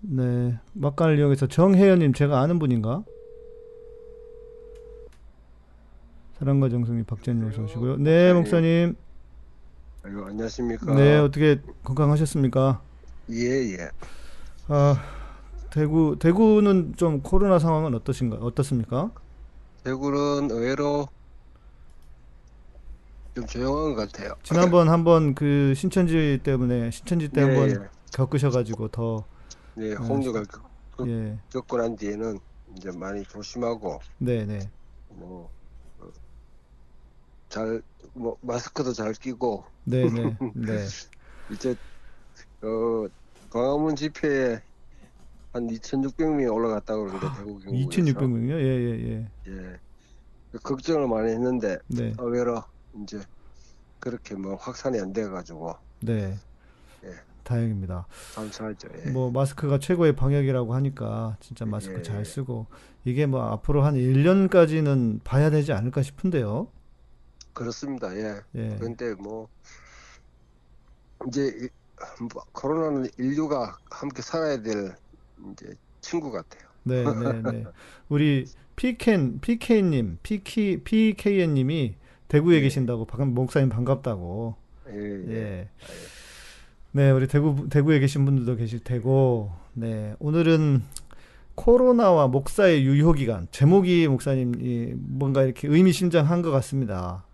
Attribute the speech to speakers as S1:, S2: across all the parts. S1: 네. 막간을 이용해서 정혜연님 제가 아는 분인가? 사랑과 정성이 박재님 어서 오시고요. 네,
S2: 네.
S1: 목사님.
S2: 아이고, 안녕하십니까?
S1: 네, 어떻게 건강하셨습니까?
S2: 예, 예.
S1: 아, 대구 대구는 좀 코로나 상황은 어떠신가? 어떻습니까?
S2: 대구는 의외로 좀 조용한 것 같아요.
S1: 지난번 한번 그 신천지 때문에 신천지 때
S2: 예,
S1: 한번 네.
S2: 예.
S1: 겪으셔가지고 더
S2: 예, 홍조가 겪- 그-
S1: 예,
S2: 겪고 난 뒤에는 이제 많이 조심하고,
S1: 네, 네,
S2: 뭐, 어, 잘, 뭐, 마스크도 잘 끼고,
S1: 네, 네, 네,
S2: 이제, 어, 광화문 집회에 한 2,600명이 올라갔다고 그러는데, 대구 경북에서.
S1: 2,600명요? 예, 예, 예,
S2: 예. 걱정을 많이 했는데,
S1: 네,
S2: 의외로 이제 그렇게 뭐 확산이 안 돼가지고
S1: 네,
S2: 예.
S1: 다행입니다.
S2: 감사하죠. 예.
S1: 뭐 마스크가 최고의 방역이라고 하니까 진짜 마스크
S2: 예,
S1: 잘
S2: 예.
S1: 쓰고 이게 뭐 앞으로 한 1년까지는 봐야 되지 않을까 싶은데요.
S2: 그렇습니다. 예.
S1: 예,
S2: 그런데 뭐 이제 이- 뭐 코로나는 인류가 함께 살아야 될 이제 친구 같아요.
S1: 네, 네, 네. 우리 PKN, PK님, PK, PKN님이 대구에
S2: 예.
S1: 계신다고 방, 목사님 반갑다고.
S2: 예. 예.
S1: 예. 네, 우리 대구 대구에 계신 분들도 계실 테고. 네, 오늘은 코로나와 목사의 유효 기간 제목이 목사님 이 뭔가 이렇게 의미심장한 것 같습니다.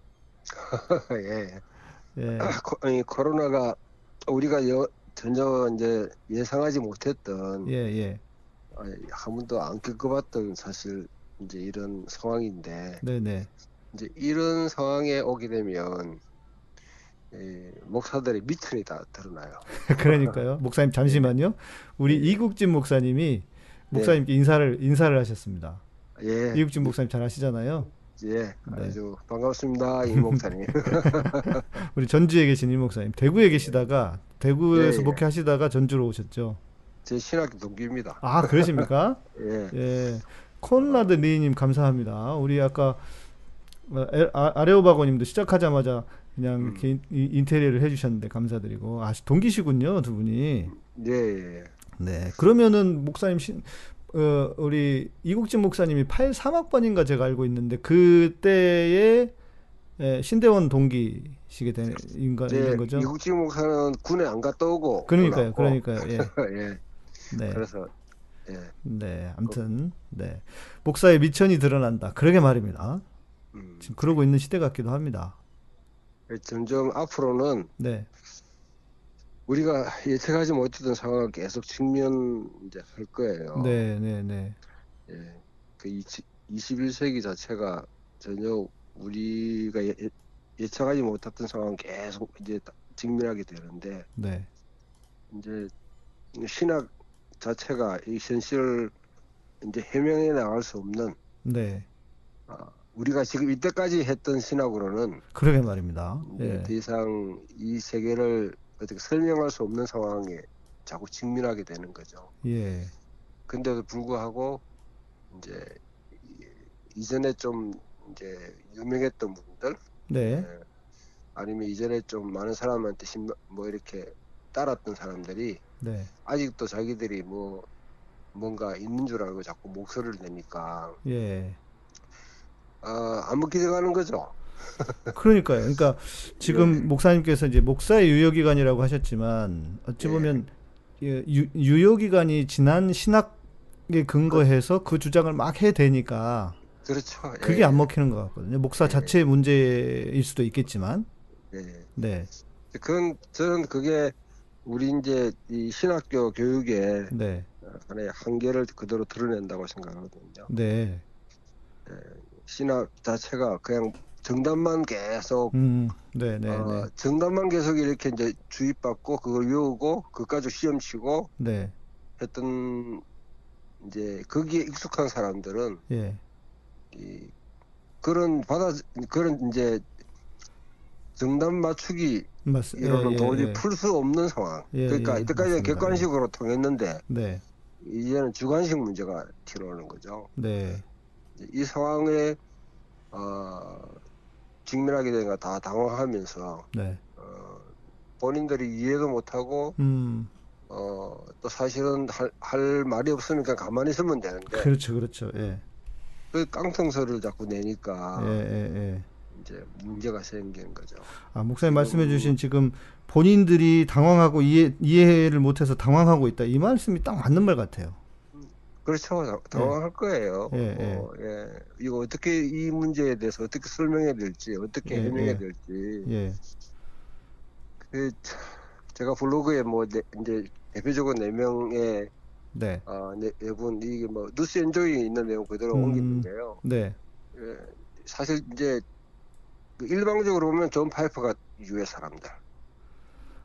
S2: 예.
S1: 예,
S2: 코, 아니, 코로나가 우리가 여, 전혀 이제 예상하지 못했던
S1: 예, 예.
S2: 아니, 한 번도 안 겪어봤던 사실 이제 이런 상황인데
S1: 네, 네,
S2: 이제 이런 상황에 오게 되면 이 목사들의 미천이 다 드러나요.
S1: 그러니까요. 목사님 잠시만요. 우리 이국진 목사님이 목사님께 인사를 인사를 하셨습니다.
S2: 예,
S1: 이국진 목사님 잘 아시잖아요. 네.
S2: 예, 아주 반갑습니다, 이 목사님.
S1: 우리 전주에 계신 이 목사님, 대구에 계시다가 대구에서
S2: 예, 예.
S1: 목회하시다가 전주로 오셨죠.
S2: 제 신학교 동기입니다.
S1: 아 그러십니까?
S2: 예,
S1: 예, 콘라드 니님 감사합니다. 우리 아까 어, 에- 아- 아레오바고님도 시작하자마자 그냥
S2: 음.
S1: 이렇게 인- 이- 인테리어를 해주셨는데 감사드리고 아 동기시군요 두 분이.
S2: 예, 예.
S1: 네. 그러면은 목사님 신, 어, 우리 이국진 목사님이 83학번인가 제가 알고 있는데 그때의 예, 신대원 동기시게 되는인가
S2: 예,
S1: 인 네, 거죠?
S2: 이국진 목사는 군에 안 갔다 오고.
S1: 그러니까요,
S2: 올라왔고.
S1: 그러니까요. 예,
S2: 예,
S1: 네,
S2: 그래서 예,
S1: 네. 아무튼 네 목사의 미천이 드러난다. 그러게 말입니다.
S2: 음, 그
S1: 지금 그러고 있는 시대 같기도 합니다.
S2: 점점 앞으로는
S1: 네,
S2: 우리가 예측하지 못했던 상황을 계속 직면 이제 할 거예요.
S1: 네, 네, 네,
S2: 예, 그 20, 21세기 자체가 전혀 우리가 예, 예, 측하지 못했던 상황 계속 이제 다- 직면하게 되는데
S1: 네,
S2: 이제 신학 자체가 이 현실을 이제 해명해 나갈 수 없는
S1: 네.
S2: 아, 우리가 지금 이때까지 했던 신학으로는
S1: 그러게 말입니다.
S2: 이제
S1: 예,
S2: 더 이상 이 세계를 어떻게 설명할 수 없는 상황에 자꾸 직면하게 되는 거죠.
S1: 예,
S2: 근데도 불구하고 이제 이- 이전에 좀 이제 유명했던 분들
S1: 네,
S2: 예, 아니면 이전에 좀 많은 사람한테 신, 뭐 이렇게 따랐던 사람들이
S1: 네,
S2: 아직도 자기들이 뭐 뭔가 있는 줄 알고 자꾸 목소리를 내니까
S1: 예.
S2: 아, 안 먹히져가는 거죠.
S1: 그러니까요. 그러니까 지금 목사님께서 이제 목사의 유효 기간이라고 하셨지만 어찌
S2: 예.
S1: 보면 예, 유, 유효 기간이 지난 신학에 근거해서 그 주장을 막 해대니까
S2: 그렇죠. 예,
S1: 그게 안 먹히는 것 같거든요. 목사
S2: 예.
S1: 자체의 문제일 수도 있겠지만,
S2: 예.
S1: 네,
S2: 그건 저는 그게 우리 이제 이 신학교 교육의
S1: 네,
S2: 하나의 한계를 그대로 드러낸다고 생각하거든요.
S1: 네,
S2: 신학 자체가 그냥 정답만 계속
S1: 음, 네, 네,
S2: 어, 정답만 계속 이렇게 이제 주입받고 그걸 외우고 그까지 시험 치고
S1: 네,
S2: 했던 이제 거기에 익숙한 사람들은
S1: 네, 예,
S2: 이 그런 받아 그런 이제 정답 맞추기
S1: 맞, 예,
S2: 이론은
S1: 예,
S2: 도저히
S1: 예.
S2: 풀 수 없는 상황.
S1: 예,
S2: 그러니까
S1: 예,
S2: 이때까지 는
S1: 맞습니다.
S2: 객관식으로 통했는데
S1: 네,
S2: 이제는 주관식 문제가 튀어나오는 거죠.
S1: 네,
S2: 이 상황에 어, 직면하게 되니까 다 당황하면서
S1: 네,
S2: 어, 본인들이 이해도 못하고
S1: 음,
S2: 어, 또 사실은 할, 할 말이 없으니까 가만히 있으면 되는데
S1: 그렇죠, 그렇죠. 예,
S2: 그 깡통서를 자꾸 내니까
S1: 예, 예, 예.
S2: 이제 문제가 생기는 거죠.
S1: 아 목사님 말씀해주신 지금 본인들이 당황하고 이해 이해를 못해서 당황하고 있다 이 말씀이 딱 맞는 말 같아요.
S2: 그렇죠. 당- 당황할 거예요.
S1: 예, 예.
S2: 어, 예. 이거 어떻게 이 문제에 대해서 어떻게 설명해야 될지, 어떻게
S1: 예,
S2: 해명해야
S1: 예.
S2: 될지.
S1: 예,
S2: 그 차- 제가 블로그에 뭐 네- 이제 대표적으로 네 명의
S1: 네,
S2: 아, 네, 네분 이게 뭐 뉴스 엔조이 있는 내용 그대로
S1: 음.
S2: 옮기는데요.
S1: 네,
S2: 예, 사실 이제 그 일방적으로 보면 존 파이퍼가 유해 사람들.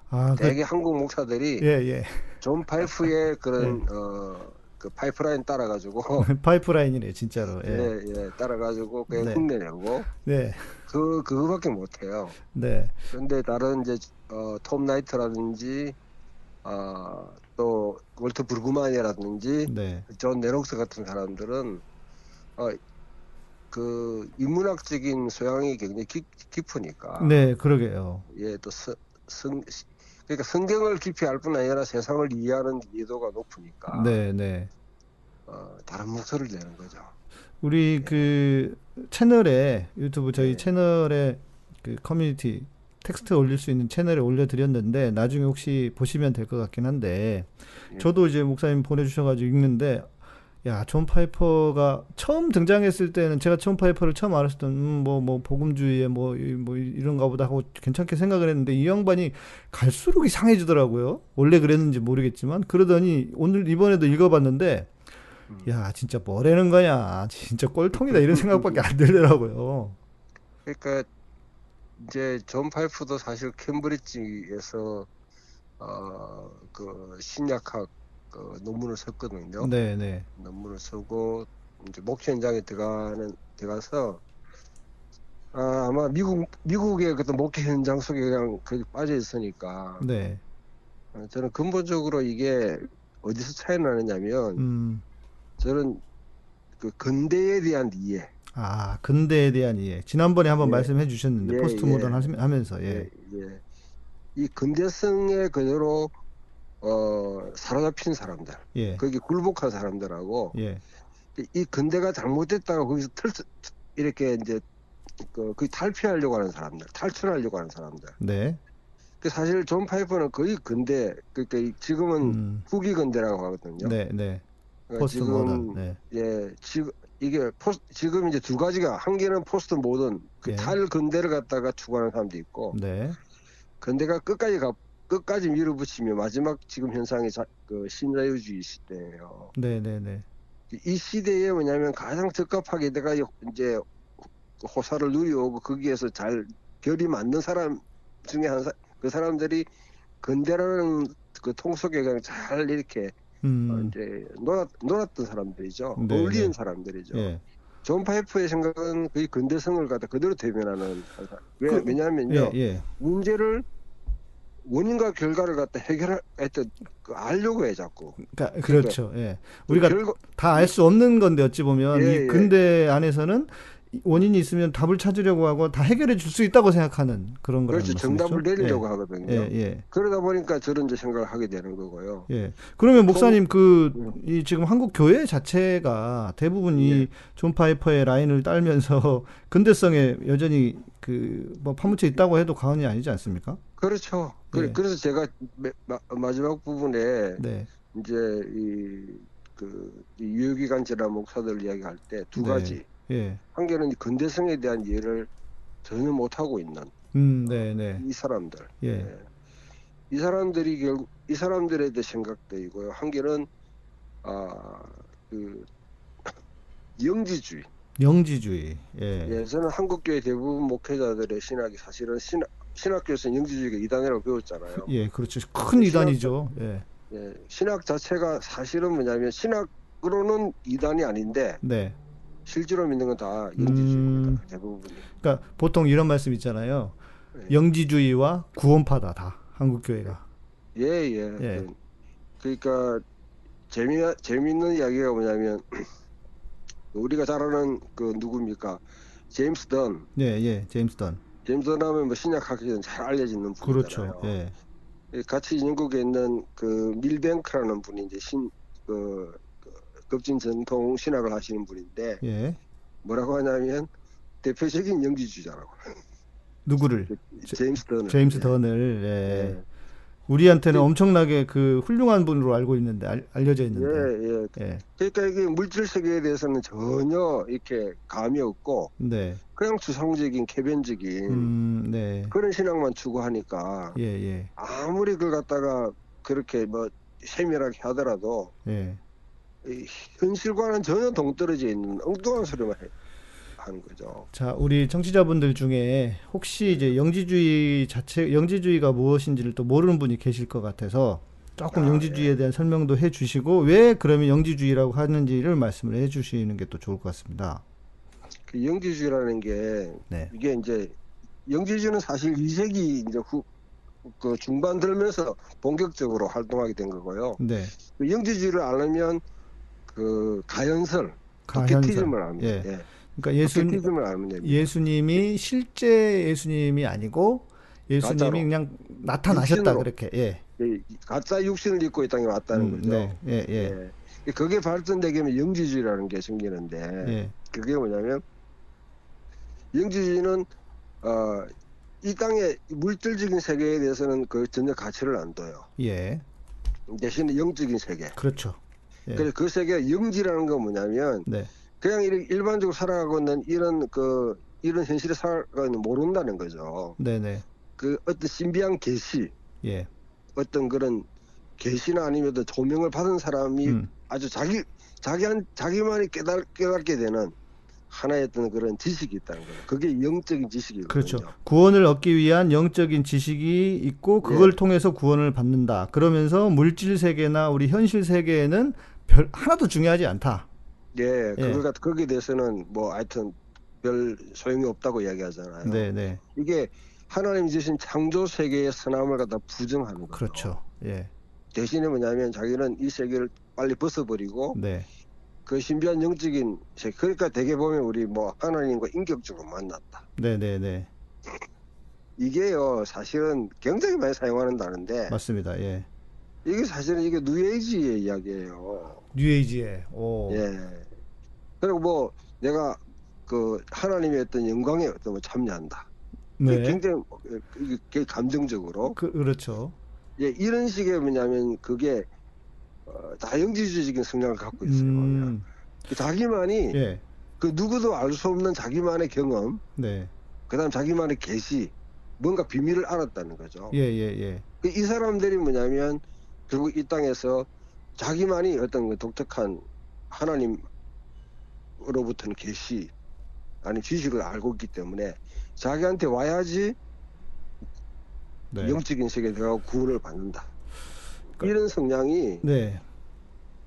S1: 아, 그,
S2: 대개 한국 목사들이
S1: 예, 예.
S2: 존 파이프의 그런 어, 그 파이프라인 따라가지고
S1: 파이프라인이네요, 진짜로.
S2: 예,
S1: 예,
S2: 예, 따라가지고 그냥
S1: 네.
S2: 흉내내고
S1: 네,
S2: 그 그거밖에 못해요.
S1: 네,
S2: 그런데 다른 이제 어, 톰 나이트라든지 아, 또 월터 브루그만이라든지
S1: 네,
S2: 존 레녹스 같은 사람들은 어, 그 인문학적인 소양이 굉장히 깊, 깊으니까
S1: 네, 그러게요.
S2: 예, 또 스, 성, 그러니까 성경을 깊이 알 뿐 아니라 세상을 이해하는 이해도가 높으니까
S1: 네, 네.
S2: 어, 다른 목소리를 내는 거죠.
S1: 우리 그 채널에 유튜브 저희
S2: 네.
S1: 채널에 그 커뮤니티 텍스트 올릴 수 있는 채널에 올려드렸는데 나중에 혹시 보시면 될 것 같긴 한데
S2: 예.
S1: 저도 이제 목사님 보내주셔가지고 읽는데 야 존 파이퍼가 처음 등장했을 때는 제가 존 파이퍼를 처음 알았을 때는 음, 뭐, 뭐 복음주의에 뭐, 이- 뭐 이런가 보다 하고 괜찮게 생각을 했는데 이 양반이 갈수록 이상해지더라고요 원래 그랬는지 모르겠지만 그러더니 오늘 이번에도 읽어봤는데
S2: 음.
S1: 야 진짜 뭐라는 거냐 진짜 꼴통이다 이런 생각밖에 안 들더라고요
S2: 그러니까 이제 존 파이프도 사실 캠브리지에서 어, 그 신약학 그 논문을 썼거든요.
S1: 네네
S2: 논문을 쓰고 이제 목표 현장에 들어가는 들어가서 아, 아마 미국 미국의 어떤 목회 현장 속에 그냥 거의 빠져 있으니까
S1: 네.
S2: 어, 저는 근본적으로 이게 어디서 차이 나느냐면
S1: 음아
S2: 저는 그 근대에 대한 이해
S1: 아, 근대에 대한 이해 지난번에 한번
S2: 예.
S1: 말씀해 주셨는데
S2: 예,
S1: 포스트
S2: 예.
S1: 모던 하면서 예.
S2: 예, 예. 이 근대성에 그대로 어, 사로잡힌 사람들,
S1: 예.
S2: 거기 굴복한 사람들하고
S1: 예.
S2: 이 근대가 잘못됐다고 거기서 틀, 이렇게 이제 그, 그 탈피하려고 하는 사람들, 탈출하려고 하는 사람들.
S1: 네.
S2: 그 사실 존 파이퍼는 거의 근대, 그러니까 이- 지금은
S1: 음.
S2: 후기 근대라고 하거든요.
S1: 네, 네.
S2: 그러니까
S1: 포스트
S2: 어? 지금
S1: 모던. 네.
S2: 예, 지금 이게 포스, 지금 이제 두 가지가 한 개는 포스트 모던 그
S1: 예.
S2: 탈근대를 갖다가 추구하는 사람도 있고
S1: 네.
S2: 근대가 끝까지 가 끝까지 밀어붙이며 마지막 지금 현상이 자, 그 신자유주의 시대예요.
S1: 네, 네, 네.
S2: 이 시대에 뭐냐면 가장 적합하게 내가 요- 이제 그 호사를 누려오고 거기에서 잘 결이 맞는 사람 중에 한 그 사람들이 근대라는 그 통속에 그냥 잘 이렇게 어,
S1: 음.
S2: 이제 놀았, 놀았던 사람들이죠.
S1: 네,
S2: 놀리는
S1: 네.
S2: 사람들이죠.
S1: 예.
S2: 존 파이프의 생각은 거의 근대성을 갖다 그대로 대변하는 사람. 왜,
S1: 그-
S2: 왜냐하면요.
S1: 예, 예.
S2: 문제를 원인과 결과를 갖다 해결할 하여튼 그 알려고 해 자꾸
S1: 그러니까 그렇죠. 예.
S2: 그
S1: 우리가
S2: 결과,
S1: 다 알 수 없는 건데 어찌 보면
S2: 예,
S1: 이
S2: 예.
S1: 근대 안에서는 이 원인이 있으면 답을 찾으려고 하고 다 해결해 줄 수 있다고 생각하는 그런 거라는
S2: 그렇죠 정답을
S1: 말씀이시죠?
S2: 내리려고 하거든요
S1: 예. 예, 예.
S2: 그러다 보니까 저는 이제 생각을 하게 되는 거고요
S1: 예. 그러면 목사님 그
S2: 음.
S1: 이 지금 한국 교회 자체가 대부분
S2: 예.
S1: 이 존 파이퍼의 라인을 따면서 근대성에 여전히 그 뭐 파묻혀 있다고 해도 과언이 아니지 않습니까?
S2: 그렇죠 그,
S1: 예.
S2: 래서 제가 매- 마, 마지막 부분에
S1: 네.
S2: 이제 이, 그, 이 유효기간 질환 목사들 이야기할 때 두
S1: 네.
S2: 가지
S1: 예.
S2: 한 개는 이 근대성에 대한 이해를 전혀 못하고 있는
S1: 음, 네, 네.
S2: 이 사람들
S1: 예.
S2: 이 사람들이 결국 이 사람들에 대해 생각되고요. 한 개는 아, 아그 영지주의.
S1: 영지주의. 예.
S2: 예, 저는 한국 교회 대부분 목회자들의 신학이 사실은 신 신학교에서는 영지주의가 이단이라고 배웠잖아요.
S1: 예, 그렇죠. 큰
S2: 그
S1: 이단이죠. 예.
S2: 예, 신학 자체가 사실은 뭐냐면 신학으로는 이단이 아닌데
S1: 네.
S2: 실제로 믿는 건 다 영지주의입니다. 대부분이.
S1: 그러니까 보통 이런 말씀 있잖아요.
S2: 예.
S1: 영지주의와 구원파다 다 한국 교회가.
S2: 예, 예.
S1: 예.
S2: 그러니까 재미 재미있는 이야기가 뭐냐면 우리가 잘 아는 그 누굽니까? 제임스 던.
S1: 예, 예. 제임스 던.
S2: 제임스 던 하면 뭐 신약학계는 잘 알려지는
S1: 그렇죠.
S2: 분이잖아요.
S1: 예.
S2: 이 같이 영국에 있는 그 밀뱅크라는 분이 이제 신, 그, 그 급진 전통 신학을 하시는 분인데
S1: 예.
S2: 뭐라고 하냐면 대표적인 영지주의자라고.
S1: 누구를? 제-
S2: 제임스 던을.
S1: 제임스
S2: 예.
S1: 던을. 예.
S2: 예.
S1: 우리한테는
S2: 그-
S1: 엄청나게 그 훌륭한 분으로 알고 있는데 알, 알려져 있는데.
S2: 예, 예.
S1: 예.
S2: 그러니까 이게 물질 세계에 대해서는 전혀 이렇게 감이 없고
S1: 네.
S2: 그냥 추상적인 개변적인
S1: 음, 네.
S2: 그런 신앙만 추구하니까
S1: 예, 예.
S2: 아무리 그걸 갖다가 그렇게 뭐 세밀하게 하더라도
S1: 예.
S2: 이 현실과는 전혀 동떨어져 있는 엉뚱한 소리만 해- 하는 거죠.
S1: 자, 우리 청취자분들 중에 혹시 이제 영지주의 자체 영지주의가 무엇인지를 또 모르는 분이 계실 것 같아서 조금
S2: 아,
S1: 영지주의에 대한 설명도 해 주시고 왜 그러면 영지주의라고 하는지를 말씀을 해 주시는 게 또 좋을 것 같습니다.
S2: 그 영지주의라는 게
S1: 네.
S2: 이게 이제 영지주의는 사실 2세기 이제 후, 그 중반 들면서 본격적으로 활동하게 된 거고요.
S1: 네.
S2: 그 영지주의를 알면 그 가연설,
S1: 가현설.
S2: 도케티즘을 알면
S1: 예.
S2: 예.
S1: 그러니까 예수님
S2: 도케티즘을 알면 됩니다.
S1: 예수님이 실제 예수님이 아니고 예수님이
S2: 가짜로.
S1: 그냥 나타나셨다
S2: 육신으로.
S1: 그렇게 예.
S2: 예, 가짜 육신을 입고 이 땅에 왔다는
S1: 음,
S2: 거죠.
S1: 네. 예, 예.
S2: 예. 그게 발전되게 하면 영지주의라는 게 생기는데
S1: 예.
S2: 그게 뭐냐면 영지주의는 어, 이 땅의 물질적인 세계에 대해서는 그 전혀 가치를 안 둬요.
S1: 예.
S2: 대신에 영적인 세계.
S1: 그렇죠. 예.
S2: 그래서 그 세계 영지라는 건 뭐냐면
S1: 네.
S2: 그냥 이렇게 일반적으로 살아가고 있는 이런 그 이런 현실에 살아가는 걸 모른다는 거죠.
S1: 네, 네.
S2: 그 어떤 신비한 계시,
S1: 예.
S2: 어떤 그런 계시나 아니면 어떤 조명을 받은 사람이
S1: 음.
S2: 아주 자기 자기 한 자기만이 깨달 깨닫게 되는 하나의 어떤 그런 지식이 있다는 거예요. 그게 영적인 지식이거든요.
S1: 그렇죠. 구원을 얻기 위한 영적인 지식이 있고 그걸
S2: 예.
S1: 통해서 구원을 받는다. 그러면서 물질 세계나 우리 현실 세계에는 별 하나도 중요하지 않다.
S2: 예,
S1: 예.
S2: 그걸 갖 거기에 대해서는 뭐 하여튼 별 소용이 없다고 이야기하잖아요.
S1: 네, 네.
S2: 이게 하나님 주신 창조 세계의 선함을 갖다 부정하는 거예요.
S1: 그렇죠. 예.
S2: 대신에 뭐냐면 자기는 이 세계를 빨리 벗어버리고
S1: 네.
S2: 그 신비한 영적인 세계 그러니까 되게 보면 우리 뭐 하나님과 인격적으로 만났다.
S1: 네, 네, 네.
S2: 이게요 사실은 굉장히 많이 사용하는 단어인데
S1: 맞습니다. 예.
S2: 이게 사실은 이게 뉴에이지의 이야기예요.
S1: 뉴에이지에. 오. 네.
S2: 예. 그리고 뭐 내가 그 하나님의 어떤 영광에 어떤 뭐 참여한다. 이게
S1: 네.
S2: 굉장히 어, 이게 굉장히 감정적으로.
S1: 그, 그렇죠.
S2: 예, 이런 식의 뭐냐면 그게 어, 다 영지주의적인 성향을 갖고 있어요.
S1: 음.
S2: 자기만이
S1: 예.
S2: 그 누구도 알 수 없는 자기만의 경험,
S1: 네.
S2: 그다음 자기만의 계시, 뭔가 비밀을 알았다는 거죠.
S1: 예, 예, 예.
S2: 그이 사람들이 뭐냐면 결국 이 땅에서 자기만이 어떤 그 독특한 하나님으로부터는 계시 아니 지식을 알고 있기 때문에 자기한테 와야지
S1: 네.
S2: 영적인 세계에 들어가 구원을 받는다.
S1: 그-
S2: 이런 성향이
S1: 네.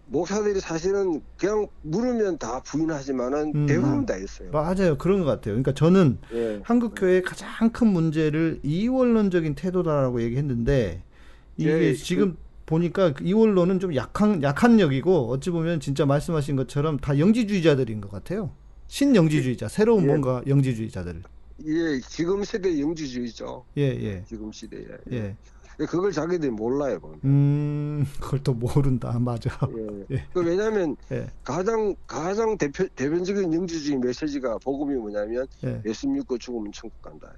S2: 목사들이 사실은 그냥 물으면 다 부인하지만은
S1: 음.
S2: 대부분 다 있어요.
S1: 맞아요. 그런 것 같아요. 그러니까 저는
S2: 예.
S1: 한국 교회의 가장 큰 문제를 이원론적인 태도다라고 얘기했는데 이게
S2: 예,
S1: 지금 보니까 그 이원론은 좀 약한 약한 역이고 어찌 보면 진짜 말씀하신 것처럼 다 영지주의자들인 것 같아요. 신영지주의자, 새로운
S2: 예.
S1: 뭔가 영지주의자들.
S2: 예, 지금 세대 영지주의죠.
S1: 예, 예.
S2: 지금 시대에.
S1: 예.
S2: 그걸 자기들이 몰라요. 보면.
S1: 음, 그걸 또 모른다. 맞아.
S2: 예.
S1: 예.
S2: 그 왜냐하면
S1: 예.
S2: 가장 가장 대표 대변적인 영지주의 메시지가 복음이 뭐냐면
S1: 예.
S2: 예수 믿고 죽으면 천국 간다.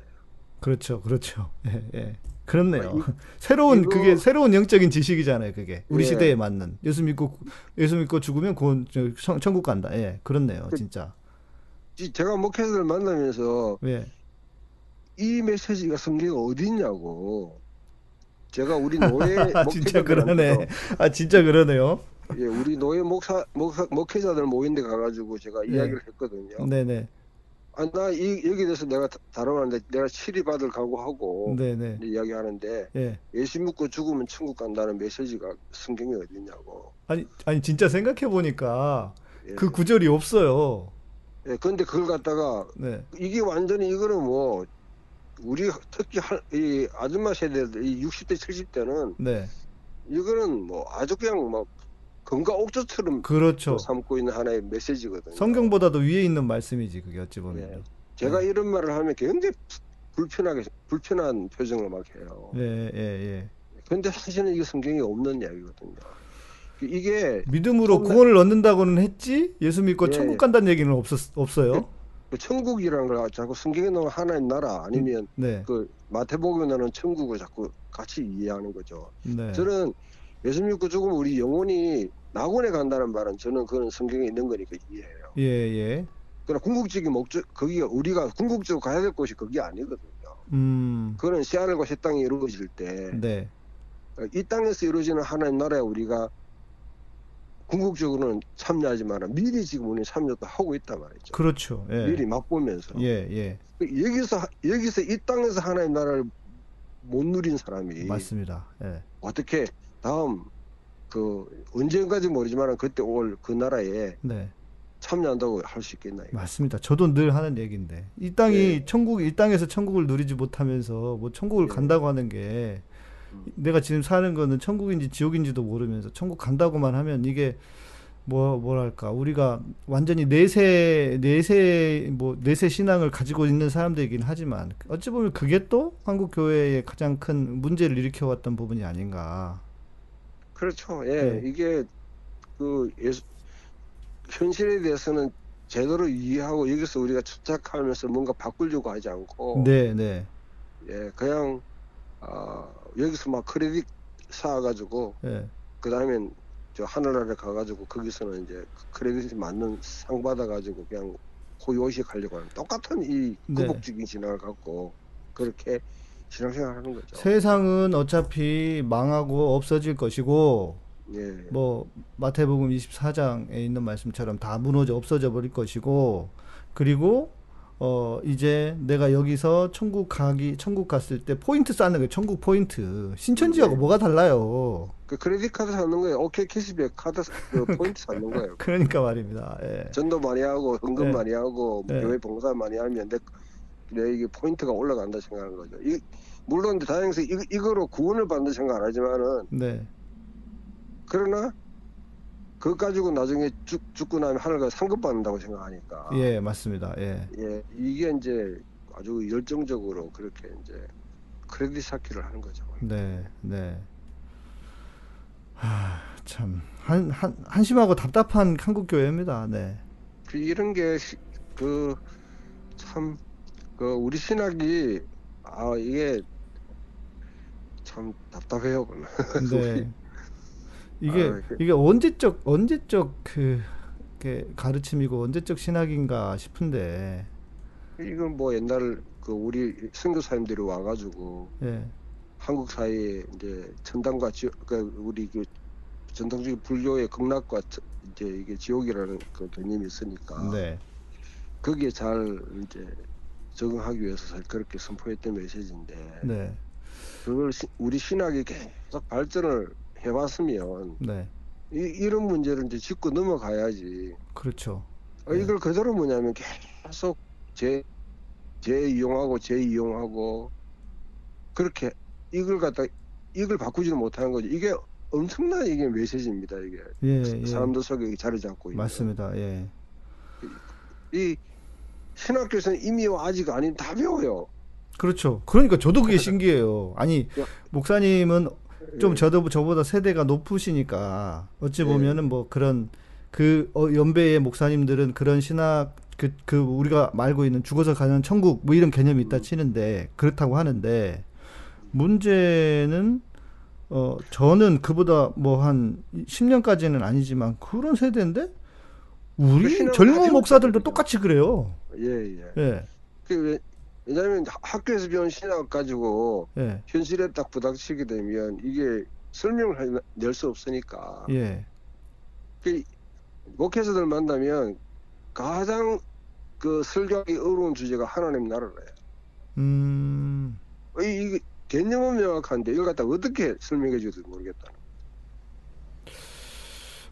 S1: 그렇죠. 그렇죠. 예, 예. 그렇네요.
S2: 아, 이-
S1: 새로운
S2: 이거-
S1: 그게 새로운 영적인 지식이잖아요, 그게. 우리
S2: 예.
S1: 시대에 맞는. 예수 믿고 예수 믿고 죽으면 곧 천국 간다. 예. 그렇네요.
S2: 그-
S1: 진짜.
S2: 이- 제가 목회자들 만나면서
S1: 예.
S2: 이 메시지가 성경에 어디 있냐고. 제가 우리 노예
S1: 아, 진짜 그러네. 아 진짜 그러네요.
S2: 예, 우리 노예 목사, 목사 목회자들 모인데 가가지고 제가
S1: 예.
S2: 이야기를 했거든요.
S1: 네네.
S2: 아, 나 이, 여기 대해서 내가 다- 다뤄봤는데 내가 치리받을 각오하고
S1: 네네.
S2: 이야기하는데
S1: 예.
S2: 예수 믿고 죽으면 천국 간다는 메시지가 성경에 어디 있냐고.
S1: 아니 아니 진짜 생각해 보니까
S2: 예.
S1: 그 구절이 없어요.
S2: 예, 근데 그걸 갖다가
S1: 네.
S2: 이게 완전히 이거는 뭐 우리 특히 할- 이 아줌마 세대들 이 60대 70대는
S1: 네.
S2: 이거는 뭐 아주 그냥 막 건가 옥조처럼
S1: 그렇죠.
S2: 삼고 있는 하나의 메시지거든요.
S1: 성경보다도 위에 있는 말씀이지 그게 어찌 보면. 네.
S2: 제가 이런
S1: 네.
S2: 말을 하면 굉장히 불편하게 불편한 표정을 막 해요.
S1: 예, 예, 예.
S2: 근데 사실은 이거 성경에 없는 이야기거든요. 이게
S1: 믿음으로
S2: 처음에-
S1: 구원을 얻는다고는 했지 예수 믿고
S2: 예,
S1: 천국
S2: 예.
S1: 간다는 얘기는 없었 없어요.
S2: 그 천국이라는 걸 자꾸 성경에 넣은 하나의 나라 아니면
S1: 네.
S2: 그 마태복음에는 천국을 자꾸 같이 이해하는 거죠.
S1: 네.
S2: 저는 예수 믿고 죽으면 우리 영혼이 낙원에 간다는 말은 저는 그건 성경에 있는 거니까 이해해요.
S1: 예, 예.
S2: 그러나 궁극적인 목적 거기가 우리가 궁극적으로 가야 될 곳이 그게 아니거든요.
S1: 음.
S2: 그거는 하늘과 새 땅이 이루어질 때 이
S1: 네.
S2: 땅에서 이루어지는 하나의 나라에 우리가 궁극적으로는 참여하지만 미리 지금 우리는 참여도 하고 있단 말이죠.
S1: 그렇죠. 예.
S2: 미리 맛보면서
S1: 예, 예.
S2: 여기서 하- 여기서 이 땅에서 하나의 나라를 못 누린 사람이
S1: 맞습니다. 예.
S2: 어떻게 다음 그 언제까지 모르지만 그때 올 그 나라에
S1: 네.
S2: 참여한다고 할 수 있겠나요?
S1: 맞습니다. 저도 늘 하는 얘기인데 이 땅이
S2: 예.
S1: 천국 이 땅에서 천국을 누리지 못하면서 뭐 천국을
S2: 예.
S1: 간다고 하는 게
S2: 음.
S1: 내가 지금 사는 거는 천국인지 지옥인지도 모르면서 천국 간다고만 하면 이게 뭐 뭐랄까 우리가 완전히 내세 내세 뭐 내세 신앙을 가지고 있는 사람들이긴 하지만 어찌 보면 그게 또 한국 교회의 가장 큰 문제를 일으켜 왔던 부분이 아닌가.
S2: 그렇죠. 예,
S1: 네.
S2: 이게 그 예수- 현실에 대해서는 제대로 이해하고 여기서 우리가 집착하면서 뭔가 바꾸려고 하지 않고
S1: 네, 네.
S2: 예, 그냥 아, 여기서 막 크레딧 쌓아가지고
S1: 예.
S2: 그 다음엔 저 하늘나라에 가가지고 거기서는 이제 그 크레딧이 맞는 상 받아가지고 그냥 호의호식 하려고 하는 똑같은 이
S1: 네.
S2: 구복적인 신앙을 갖고 그렇게 신앙생활 하는 거죠.
S1: 세상은 어차피 망하고 없어질 것이고
S2: 예.
S1: 뭐 마태복음 24장에 있는 말씀처럼 다 무너져 없어져 버릴 것이고 그리고 어 이제 내가 여기서 천국 가기 천국 갔을 때 포인트 쌓는 거예요. 천국 포인트. 신천지하고
S2: 네.
S1: 뭐가 달라요?
S2: 그 크레딧 카드 사는 거예요. 오케이 캐시백 카드 사- 그 포인트 사는 거예요.
S1: 그러니까 말입니다. 예.
S2: 전도 많이 하고 헌금
S1: 네.
S2: 많이 하고
S1: 네.
S2: 교회 봉사 많이 하면 내, 내 이게 포인트가 올라간다 생각하는 거죠. 이, 물론 다행히 이, 이거로 구원을 받는 생각 안 하지만은
S1: 네.
S2: 그러나 그거 가지고 나중에 죽, 죽고 나면 하늘과 상급 받는다고 생각하니까
S1: 예, 맞습니다. 예.
S2: 예, 이게 이제 아주 열정적으로 그렇게 이제 크레딧 쌓기를 하는 거죠.
S1: 네. 네. 하, 참 한, 한, 한심하고 답답한 한국 교회입니다. 네.
S2: 그 이런 게 그 참 그 우리 신학이 아 이게 참 답답해요.
S1: 네. 이게
S2: 그 아, 그-
S1: 이게 언제적 언제적 그 이렇게 가르침이고 언제적 신학인가 싶은데
S2: 이건 뭐 옛날 그 우리 선교사님들이 와가지고
S1: 예,
S2: 한국 사회에 이제 전당과 지, 그 우리 그 전통주의 불교의 극락과 저- 이제 이게 지옥이라는 그 개념이 있으니까
S1: 네,
S2: 거기에 잘 이제 적응하기 위해서 잘 그렇게 선포했던 메시지인데
S1: 네,
S2: 그걸 시- 우리 신학이 계속 발전을 해왔으면
S1: 네,
S2: 이, 이런 문제를 이제 짚고 넘어가야지
S1: 그렇죠.
S2: 어, 이걸 그대로 뭐냐면 계속 재 재이용하고 재이용하고 그렇게 이걸 갖다 이걸 바꾸지는 못하는 거지 이게 엄청난 이게 메시지입니다 이게
S1: 예, 예,
S2: 그 사람들 속에 이게 자리 잡고 있는
S1: 맞습니다. 예,
S2: 이 신학교에서는 이미와 아직 아닌 다 배워요
S1: 그렇죠. 그러니까 저도 그게 신기해요. 아니
S2: 네. 야.
S1: 목사님은 좀
S2: 예.
S1: 저도 저보다 세대가 높으시니까 어찌
S2: 예.
S1: 보면은 뭐 그런 그 어, 연배의 목사님들은 그런 신학 그 그 우리가 말고 있는 죽어서 가는 천국 뭐 이런 개념이
S2: 음.
S1: 있다 치는데 그렇다고 하는데 문제는 어 저는 그보다 뭐 한 10년까지는 아니지만 그런 세대인데
S2: 그
S1: 우리
S2: 신학을
S1: 젊은
S2: 가지고
S1: 목사들도
S2: 있거든요.
S1: 똑같이 그래요.
S2: 예예
S1: 예.
S2: 그 왜, 냐면 학교에서 배운 신학 가지고
S1: 예.
S2: 현실에 딱 부닥치게 되면 이게 설명을 낼 수 없으니까
S1: 예.
S2: 그 목회자들 만나면 가장 그 설교하기 어려운 주제가 하나님 나라래요. 어,
S1: 음.
S2: 이, 이게 개념은 명확한데 이걸 갖다 어떻게 설명해 줄지 모르겠다.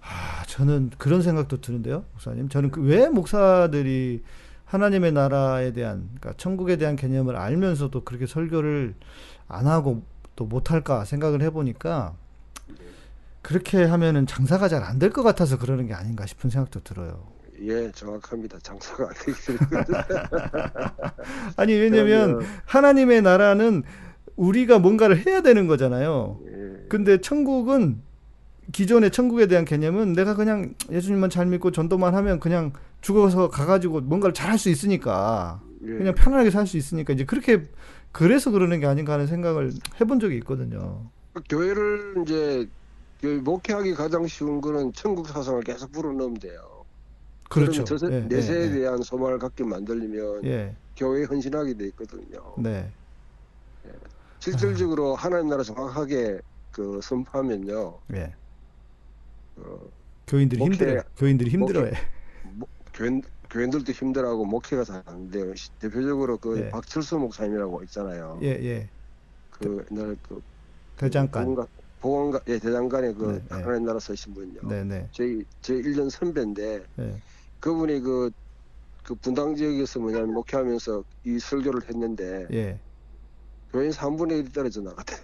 S1: 아, 저는 그런 생각도 드는데요, 목사님. 저는 그 왜 목사들이 하나님의 나라에 대한, 그러니까 천국에 대한 개념을 알면서도 그렇게 설교를 안 하고 또 못할까 생각을 해보니까 그렇게 하면은 장사가 잘 안 될 것 같아서 그러는 게 아닌가 싶은 생각도 들어요.
S2: 예, 정확합니다. 장사가 안 되기 때문에.
S1: 아니, 왜냐면 하나님의 나라는 우리가 뭔가를 해야 되는 거잖아요.
S2: 예.
S1: 근데 천국은 기존의 천국에 대한 개념은 내가 그냥 예수님만 잘 믿고 전도만 하면 그냥 죽어서 가가지고 뭔가를 잘 할 수 있으니까
S2: 예.
S1: 그냥 편안하게 살 수 있으니까 이제 그렇게 그래서 그러는 게 아닌가 하는 생각을 해본 적이 있거든요.
S2: 그 교회를 이제 교회 목회하기 가장 쉬운 거는 천국 사상을 계속 불어넣으면 돼요.
S1: 그렇죠.
S2: 그러면 저
S1: 예,
S2: 내세에
S1: 예,
S2: 대한 소망을 갖게 만들려면
S1: 예, 예,
S2: 교회에 헌신하게 돼 있거든요.
S1: 네,
S2: 실질적으로 하나님 나라 정확하게 그 선포하면요.
S1: 예.
S2: 어,
S1: 교인들이
S2: 목회-
S1: 힘들어. 교인들이 힘들어해.
S2: 교인, 교인들도 힘들어하고 목회가 잘 안 돼요. 시- 대표적으로 그
S1: 예.
S2: 박철수 목사님이라고 있잖아요.
S1: 예, 예.
S2: 그 옛날 그
S1: 대장간.
S2: 보건관, 보건관 예, 대장간에 그
S1: 네, 네.
S2: 하나님 나라 서신 분요.
S1: 네, 네,
S2: 저희 제 1년 선배인데
S1: 예,
S2: 그분이 그, 그 분당 지역에서 뭐냐면 목회하면서 이 설교를 했는데
S1: 예.
S2: 교인 3분의 1이 떨어져 나갔대요.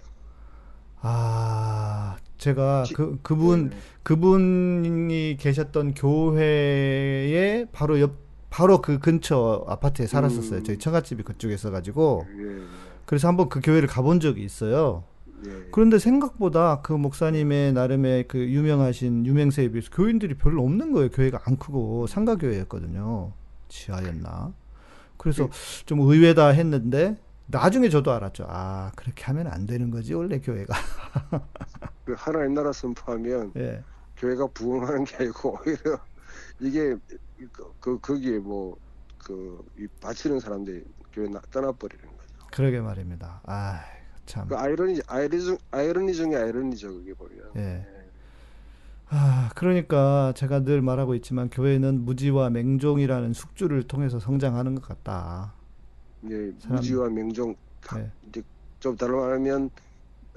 S1: 아, 제가
S2: 지-
S1: 그 그분
S2: 네.
S1: 그분이 계셨던 교회에 바로 옆 바로 그 근처 아파트에 살았었어요.
S2: 음.
S1: 저희 처갓집이 그쪽에 있어가지고
S2: 예,
S1: 그래서 한번 그 교회를 가본 적이 있어요.
S2: 예.
S1: 그런데 생각보다 그 목사님의 나름의 그 유명하신 유명세에 비해서 교인들이 별로 없는 거예요. 교회가 안 크고 상가 교회였거든요. 지하였나? 그래서 좀 의외다 했는데 나중에 저도 알았죠. 아 그렇게 하면 안 되는 거지 원래 교회가.
S2: 그 하나님 나라 선포하면
S1: 예.
S2: 교회가 부흥하는 게 아니고 오히려 이게 그, 그 거기에 뭐그 바치는 사람들이 교회 나, 떠나버리는 거죠.
S1: 그러게 말입니다. 아 참.
S2: 그 아이러니 아이러니 중 아이러니 중에 아이러니죠 그게 보면.
S1: 예. 아, 그러니까 제가 늘 말하고 있지만 교회는 무지와 맹종이라는 숙주를 통해서 성장하는 것 같다.
S2: 예,
S1: 사람-
S2: 무지와 명종
S1: 예,
S2: 좀 다른 말하면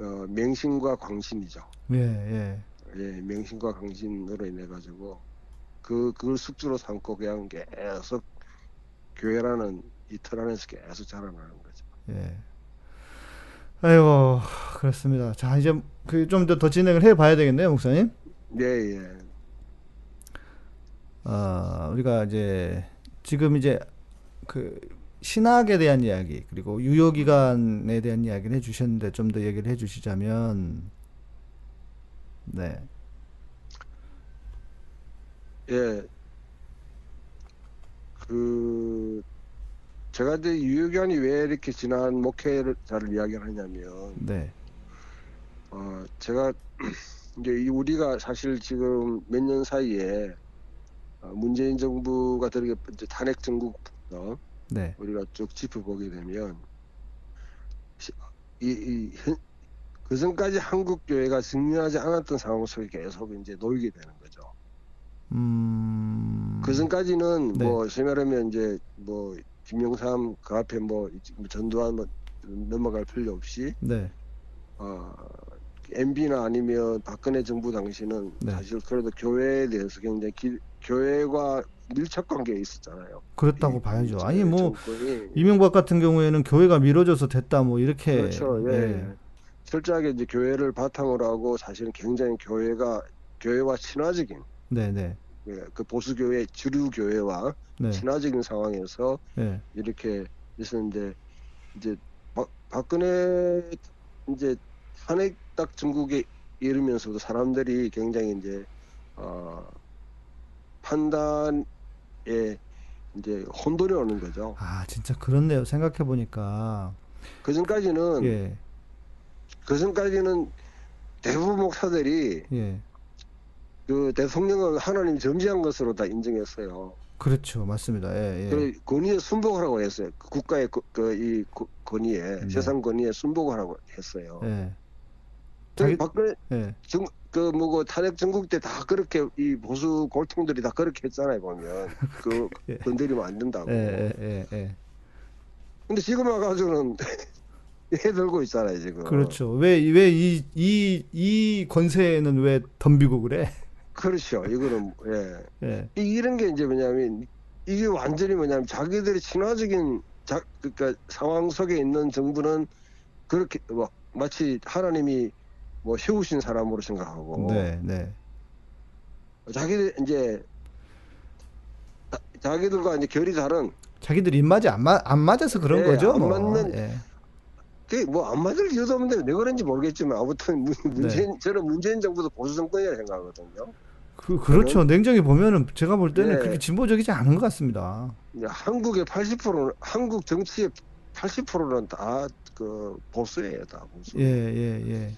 S2: 어, 맹신과 광신이죠.
S1: 예, 예.
S2: 예, 맹신과 강신으로 인해 가지고 그 그걸 숙주로 삼고 그냥 계속 교회라는 이틀 안에서 계속 자라나는 거죠.
S1: 예. 아이고, 그렇습니다. 자, 이제 그 좀 더 더 진행을 해 봐야 되겠네요, 목사님.
S2: 예, 예.
S1: 아, 우리가 이제 지금 이제 그 신학에 대한 이야기, 그리고 유효기간에 대한 이야기를 해 주셨는데 좀 더 얘기를 해 주시자면 네.
S2: 예. 그 제가 이제 유효기한이 왜 이렇게 지난 목회를 잘 이야기하냐면
S1: 네.
S2: 어 제가 이제 이 우리가 사실 지금 몇 년 사이에 어, 문재인 정부가 들게 이제 탄핵 정국부터
S1: 네.
S2: 우리가 쭉 짚어보게 되면 시- 이, 이 현- 그전까지 한국 교회가 승리하지 않았던 상황 속에 계속 이제 놓이게 되는 거죠.
S1: 음.
S2: 그전까지는
S1: 네.
S2: 뭐 소위 말하면 이제 뭐 김영삼 그 앞에 뭐 이- 뭐 전두환 뭐 넘어갈 필요 없이
S1: 네.
S2: 어 MB나 아니면 박근혜 정부 당시는
S1: 네.
S2: 사실 그래도 교회에 대해서 굉장히 기- 교회와 밀착 관계에 있었잖아요.
S1: 그렇다고
S2: 이-
S1: 봐야죠.
S2: 이
S1: 아니 뭐
S2: 정권이.
S1: 이명박 같은 경우에는 교회가 밀어줘서 됐다 뭐 이렇게
S2: 그렇죠. 예.
S1: 예.
S2: 철저하게 이제 교회를 바탕으로 하고 사실은 굉장히 교회가 교회와 친화적인
S1: 네, 네.
S2: 예, 그 보수 교회 주류 교회와
S1: 네.
S2: 친화적인 상황에서
S1: 예.
S2: 이렇게 있었는데 이제 박, 박근혜 이제 탄핵 딱 중국에 이르면서도 사람들이 굉장히 이제 어, 판단에 이제 혼돈이 오는 거죠.
S1: 아, 진짜 그렇네요. 생각해 보니까.
S2: 그 전까지는
S1: 예.
S2: 그 전까지는 대부분 목사들이
S1: 예.
S2: 그 대통령은 하나님 점지한 것으로 다 인정했어요.
S1: 그렇죠. 맞습니다. 예, 예.
S2: 그 권위에 순복을 하고 했어요. 그 국가의 그 이 권위에
S1: 네.
S2: 세상 권위에 순복을 하고 했어요.
S1: 예.
S2: 그
S1: 자기-
S2: 박근혜
S1: 예.
S2: 정, 그 뭐고 탄핵 전국 때 다 그렇게 이 보수 골통들이 다 그렇게 했잖아요 보면 그
S1: 예.
S2: 건드리면 안 된다고.
S1: 예, 예, 예, 예.
S2: 근데 지금 와가지고는 해들고 있잖아요 지금.
S1: 그렇죠. 왜 왜 이 이 이 권세는 왜 덤비고 그래?
S2: 그렇죠. 이거는 예.
S1: 예.
S2: 이- 이런 게 이제 뭐냐면 이게 완전히 뭐냐면 자기들이 친화적인 자, 그러니까 상황 속에 있는 정부는 그렇게 뭐 마치 하나님이 뭐 세우신 사람으로 생각하고
S1: 네, 네.
S2: 자기들 이제 자- 자기들과 이제 결이 다른
S1: 자기들 입맛이 안, 마, 안 맞아서 그런
S2: 예,
S1: 거죠.
S2: 안
S1: 뭐.
S2: 맞는-
S1: 예.
S2: 그뭐안 맞을 이유도 없는데 왜 그런지 모르겠지만 아무튼 문-
S1: 네.
S2: 문재인 저는 문재인 정부도 보수 정권이라 생각하거든요.
S1: 그, 그렇죠. 냉정히 보면은 제가 볼 때는
S2: 네.
S1: 그렇게 진보적이지 않은 것 같습니다.
S2: 이제 한국의 80%는 한국 정치의 80%는 다 그 보수예요, 다 보수.
S1: 예, 예, 예.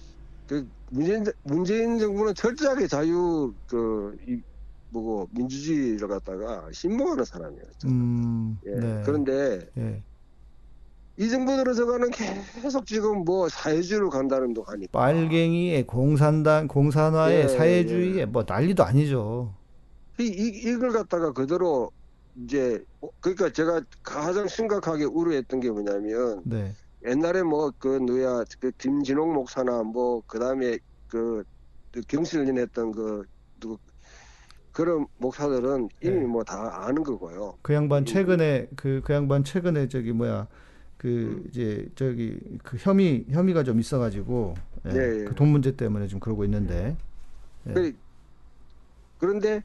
S2: 그 문재인 문재인 정부는 철저하게 자유 그이 뭐고 민주주의를 갖다가 신봉하는 사람이었죠.
S1: 음,
S2: 예.
S1: 네.
S2: 그런데
S1: 예.
S2: 이 정부 들어서가는 계속 지금 뭐 사회주의로 간다는 도 하니까
S1: 빨갱이에 공산당, 공산화에
S2: 예,
S1: 사회주의에 뭐 난리도 아니죠.
S2: 이, 이, 이걸 갖다가 그대로 이제 어, 그러니까 제가 가장 심각하게 우려했던 게 뭐냐면
S1: 네,
S2: 옛날에 뭐 그 누야 그 김진홍 목사나 뭐 그다음에 그 경실련 했던 그 누구 그런 목사들은 이미
S1: 네.
S2: 뭐 다 아는 거고요.
S1: 그 양반
S2: 음.
S1: 최근에 그, 그 양반 최근에 저기 뭐야 그 이제 저기 그 혐의 혐의가 좀 있어가지고 예,
S2: 예, 예.
S1: 그돈 문제 때문에 지금 그러고 있는데 네.
S2: 그- 그런데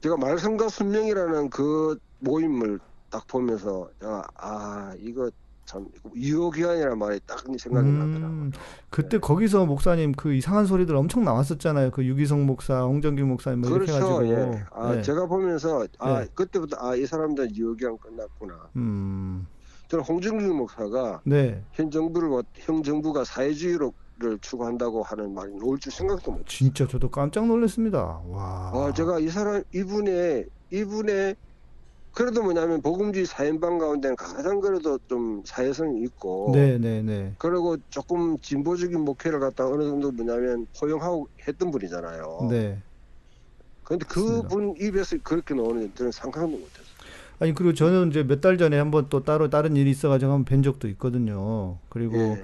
S2: 제가 말씀과 순명이라는 그 모임을 딱 보면서 제가 아 이거 참 유효기한이라는 말이 딱 생각이 나더라고요. 예.
S1: 음, 그때 거기서 목사님 그 이상한 소리들 엄청 나왔었잖아요. 그 유기성 목사, 홍정균 목사님 뭐 이렇게
S2: 그렇죠.
S1: 해가지고
S2: 예. 아,
S1: 예.
S2: 제가 보면서 아
S1: 예.
S2: 그때부터 아 이 사람들 유효기한 끝났구나.
S1: 음,
S2: 저는 홍준표 목사가
S1: 네,
S2: 현 정부를 어- 현 정부가 사회주의를 추구한다고 하는 말이 나올 줄 생각도 못.
S1: 진짜 저도 깜짝 놀랐습니다. 와,
S2: 아 제가 이 사람 이분의 이분의 그래도 뭐냐면 복음주의 사인방 가운데는 가장 그래도 좀 사회성이 있고
S1: 네, 네, 네,
S2: 그리고 조금 진보적인 목회를 갖다 어느 정도 뭐냐면 포용하고 했던 분이잖아요.
S1: 네.
S2: 그런데
S1: 맞습니다.
S2: 그분 입에서 그렇게 나오는 저는 상상도 못했어요.
S1: 아니 그리고 저는 이제 몇 달 전에 한번 또 따로 다른 일이 있어가지고 한 번 뵌 적도 있거든요. 그리고
S2: 예.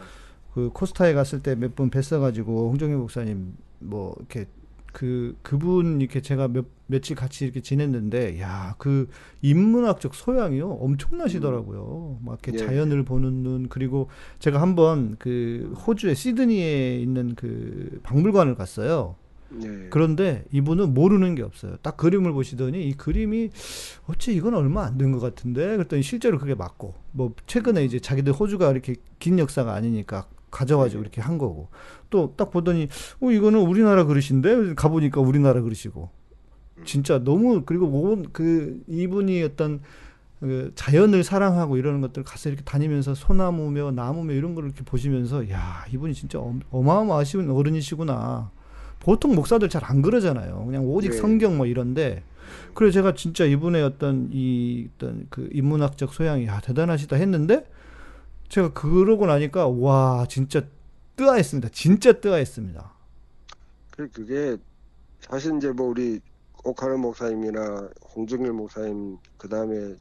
S1: 그 코스타에 갔을 때 몇 분 뵀어가지고 홍정희 목사님 뭐 이렇게 그 그분 이렇게 제가 몇 며칠 같이 이렇게 지냈는데 야 그 인문학적 소양이요 엄청나시더라고요 막 이렇게
S2: 예.
S1: 자연을 보는 눈 그리고 제가 한번 그 호주의 시드니에 있는 그 박물관을 갔어요
S2: 예.
S1: 그런데 이분은 모르는 게 없어요 딱 그림을 보시더니 이 그림이 어째 이건 얼마 안 된 것 같은데 그랬더니 실제로 그게 맞고 뭐 최근에 이제 자기들 호주가 이렇게 긴 역사가 아니니까 가져가지고 이렇게 한 거고 또 딱 보더니 어 이거는 우리나라 그릇인데 가보니까 우리나라 그릇이고 진짜 너무 그리고 뭔 그 이분이 어떤 그 자연을 사랑하고 이러는 것들 가서 이렇게 다니면서 소나무며 나무며 이런 걸 이렇게 보시면서 야 이분이 진짜 엄- 어마어마하신 어른이시구나 보통 목사들 잘 안 그러잖아요 그냥 오직
S2: 예.
S1: 성경 뭐 이런데 그래 제가 진짜 이분의 어떤 이 어떤 그 인문학적 소양이 야 대단하시다 했는데 제가 그러고 나니까 와 진짜 뜨아했습니다 진짜 뜨아했습니다
S2: 그- 그게 사실 이제 뭐 우리 오카노 목사님이나 홍정일 목사님 그다음에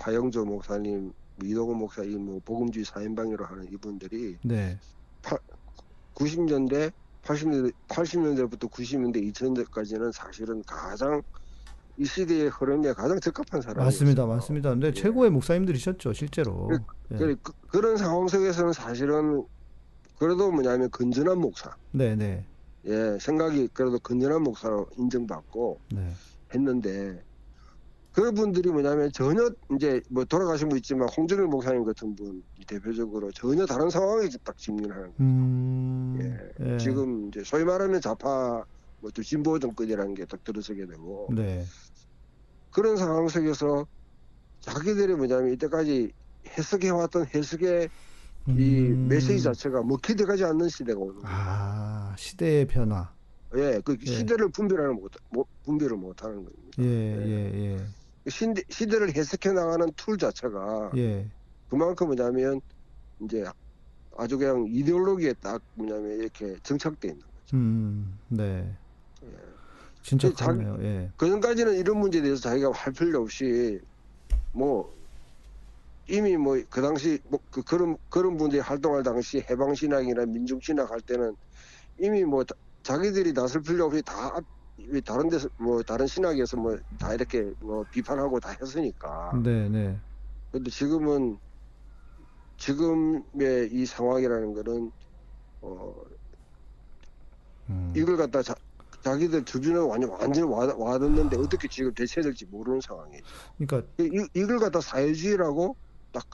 S2: 화영조 목사님 이동호 목사님 뭐 복음주의 사인방이라고 하는 이분들이
S1: 네
S2: 90년대 80년대 80년대부터 90년대 2000년대까지는 사실은 가장 이 시대의 흐름에 가장 적합한 사람이었어요.
S1: 맞습니다 맞습니다 근데
S2: 예.
S1: 최고의 목사님들이셨죠 실제로 예.
S2: 그래, 그, 그런 상황 속에서는 사실은 그래도 뭐냐면 건전한 목사,
S1: 네네
S2: 예 생각이 그래도 건전한 목사로 인정받고
S1: 네.
S2: 했는데 그분들이 뭐냐면 전혀 이제 뭐 돌아가신 분 있지만 홍정일 목사님 같은 분이 대표적으로 전혀 다른 상황에 딱 직면하는
S1: 음, 예.
S2: 지금 이제 소위 말하면 좌파 뭐또 진보 정권이라는 게 딱 들어서게 되고
S1: 네.
S2: 그런 상황 속에서 자기들이 뭐냐면 이때까지 해석해 왔던 해석의 이
S1: 음.
S2: 메시지 자체가 먹히들어가지 않는 시대가 오는 거예요.
S1: 아 시대의 변화
S2: 예, 그
S1: 예.
S2: 시대를 분별하는 못, 못 분별을 못하는 겁니다.
S1: 예 예,
S2: 시대, 시대를 해석해 나가는 툴 자체가
S1: 예, 예.
S2: 그만큼 뭐냐면 이제 아주 그냥 이데올로기에 딱 뭐냐면 이렇게 정착돼 있는 거죠.
S1: 음, 네. 진짜
S2: 그 예. 장-
S1: 그러네요. 예.
S2: 그전까지는 이런 문제에 대해서 자기가 할 필요 없이 뭐 이미 뭐 그 당시 뭐 그, 그런 그런 분들이 활동할 당시 해방신학이나 민중신학 할 때는 이미 뭐 다- 자기들이 나설 필요 없이 다 이미 다른 데서 뭐 다른 신학에서 뭐 다 이렇게 뭐 비판하고 다 했으니까
S1: 네, 네.
S2: 근데 지금은 지금의 이 상황이라는 거는 어
S1: 음.
S2: 이걸 갖다 자, 자기들 주변에 완전 완전 와, 와닿는데 어떻게 지금 대체해야 될지 모르는 상황이죠.
S1: 그러니까
S2: 이, 이걸 갖다 사회주의라고 딱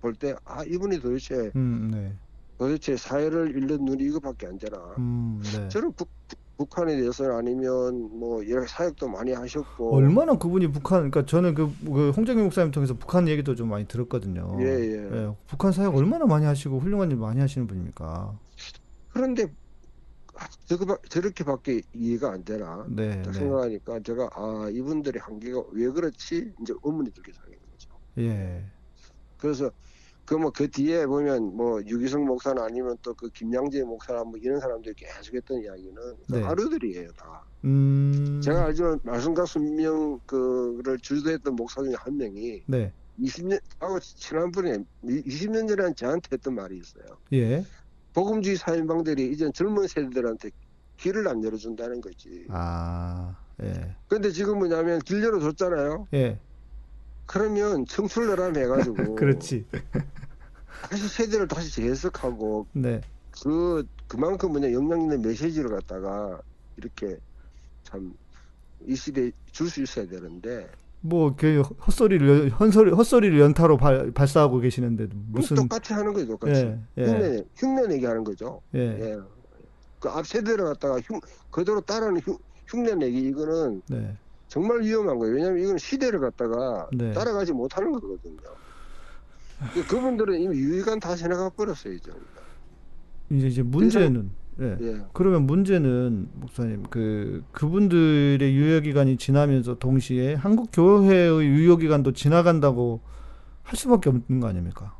S2: 볼 때 아 이분이 도대체
S1: 음, 네.
S2: 도대체 사회를 잃는 눈이 이거밖에 안 되나.
S1: 음, 네.
S2: 저는 북, 한에 대해서는 아니면 뭐 여러 사역도 많이 하셨고
S1: 얼마나 그분이 북한, 그러니까 저는 그, 그 홍정희 목사님 통해서 북한 얘기도 좀 많이 들었거든요.
S2: 예, 예.
S1: 예, 북한 사역 얼마나 많이 하시고 훌륭한 일 많이 하시는 분입니까?
S2: 그런데 아, 저거- 저렇게밖에 이해가 안 되나
S1: 네,
S2: 딱
S1: 네.
S2: 생각하니까 제가 아 이분들의 한계가 왜 그렇지 이제 의문이 들게 생긴 거죠.
S1: 예.
S2: 그래서 그 뭐 그 뒤에 보면 뭐 유기성 목사나 아니면 또 그 김양재 목사나 뭐 이런 사람들이 계속했던 이야기는 그
S1: 네.
S2: 하루들이에요 다.
S1: 음.
S2: 제가 알지만 말씀과 순명 그를 주도했던 목사 중에 한 명이
S1: 네.
S2: 20년 하고 친한 분이 20년 전에 저한테 했던 말이 있어요.
S1: 예.
S2: 복음주의 사인방들이 이제 젊은 세대들한테 길을 안 열어준다는 거지.
S1: 아, 예.
S2: 근데 지금 뭐냐면 길 열어줬잖아요.
S1: 예.
S2: 그러면 청출내람 해가지고
S1: 그렇지.
S2: 다시 세대를 다시 재해석하고
S1: 네.
S2: 그 그만큼 뭐냐 영향 있는 메시지를 갖다가 이렇게 참 이 시대에 줄 수 있어야 되는데
S1: 뭐그 헛소리를 연- 헛소리 헛소리를 연타로 발, 발사하고 계시는데 무슨
S2: 똑같이 하는 거죠 똑같이
S1: 예. 예.
S2: 흉내 흉내 얘기하는 거죠
S1: 예.
S2: 예. 그 앞 세대를 갖다가 흉, 그대로 따르는 흉, 흉내 내기 이거는
S1: 네.
S2: 정말 위험한 거예요. 왜냐하면 이건 시대를 갖다가
S1: 네.
S2: 따라가지 못하는 거거든요. 그- 그분들은 이미 유익한 다 지나가 버렸어요, 이제.
S1: 이제 이제 문제는 예.
S2: 예.
S1: 그러면 문제는 목사님 그 그분들의 유효 기간이 지나면서 동시에 한국 교회의 유효 기간도 지나간다고 할 수밖에 없는 거 아닙니까?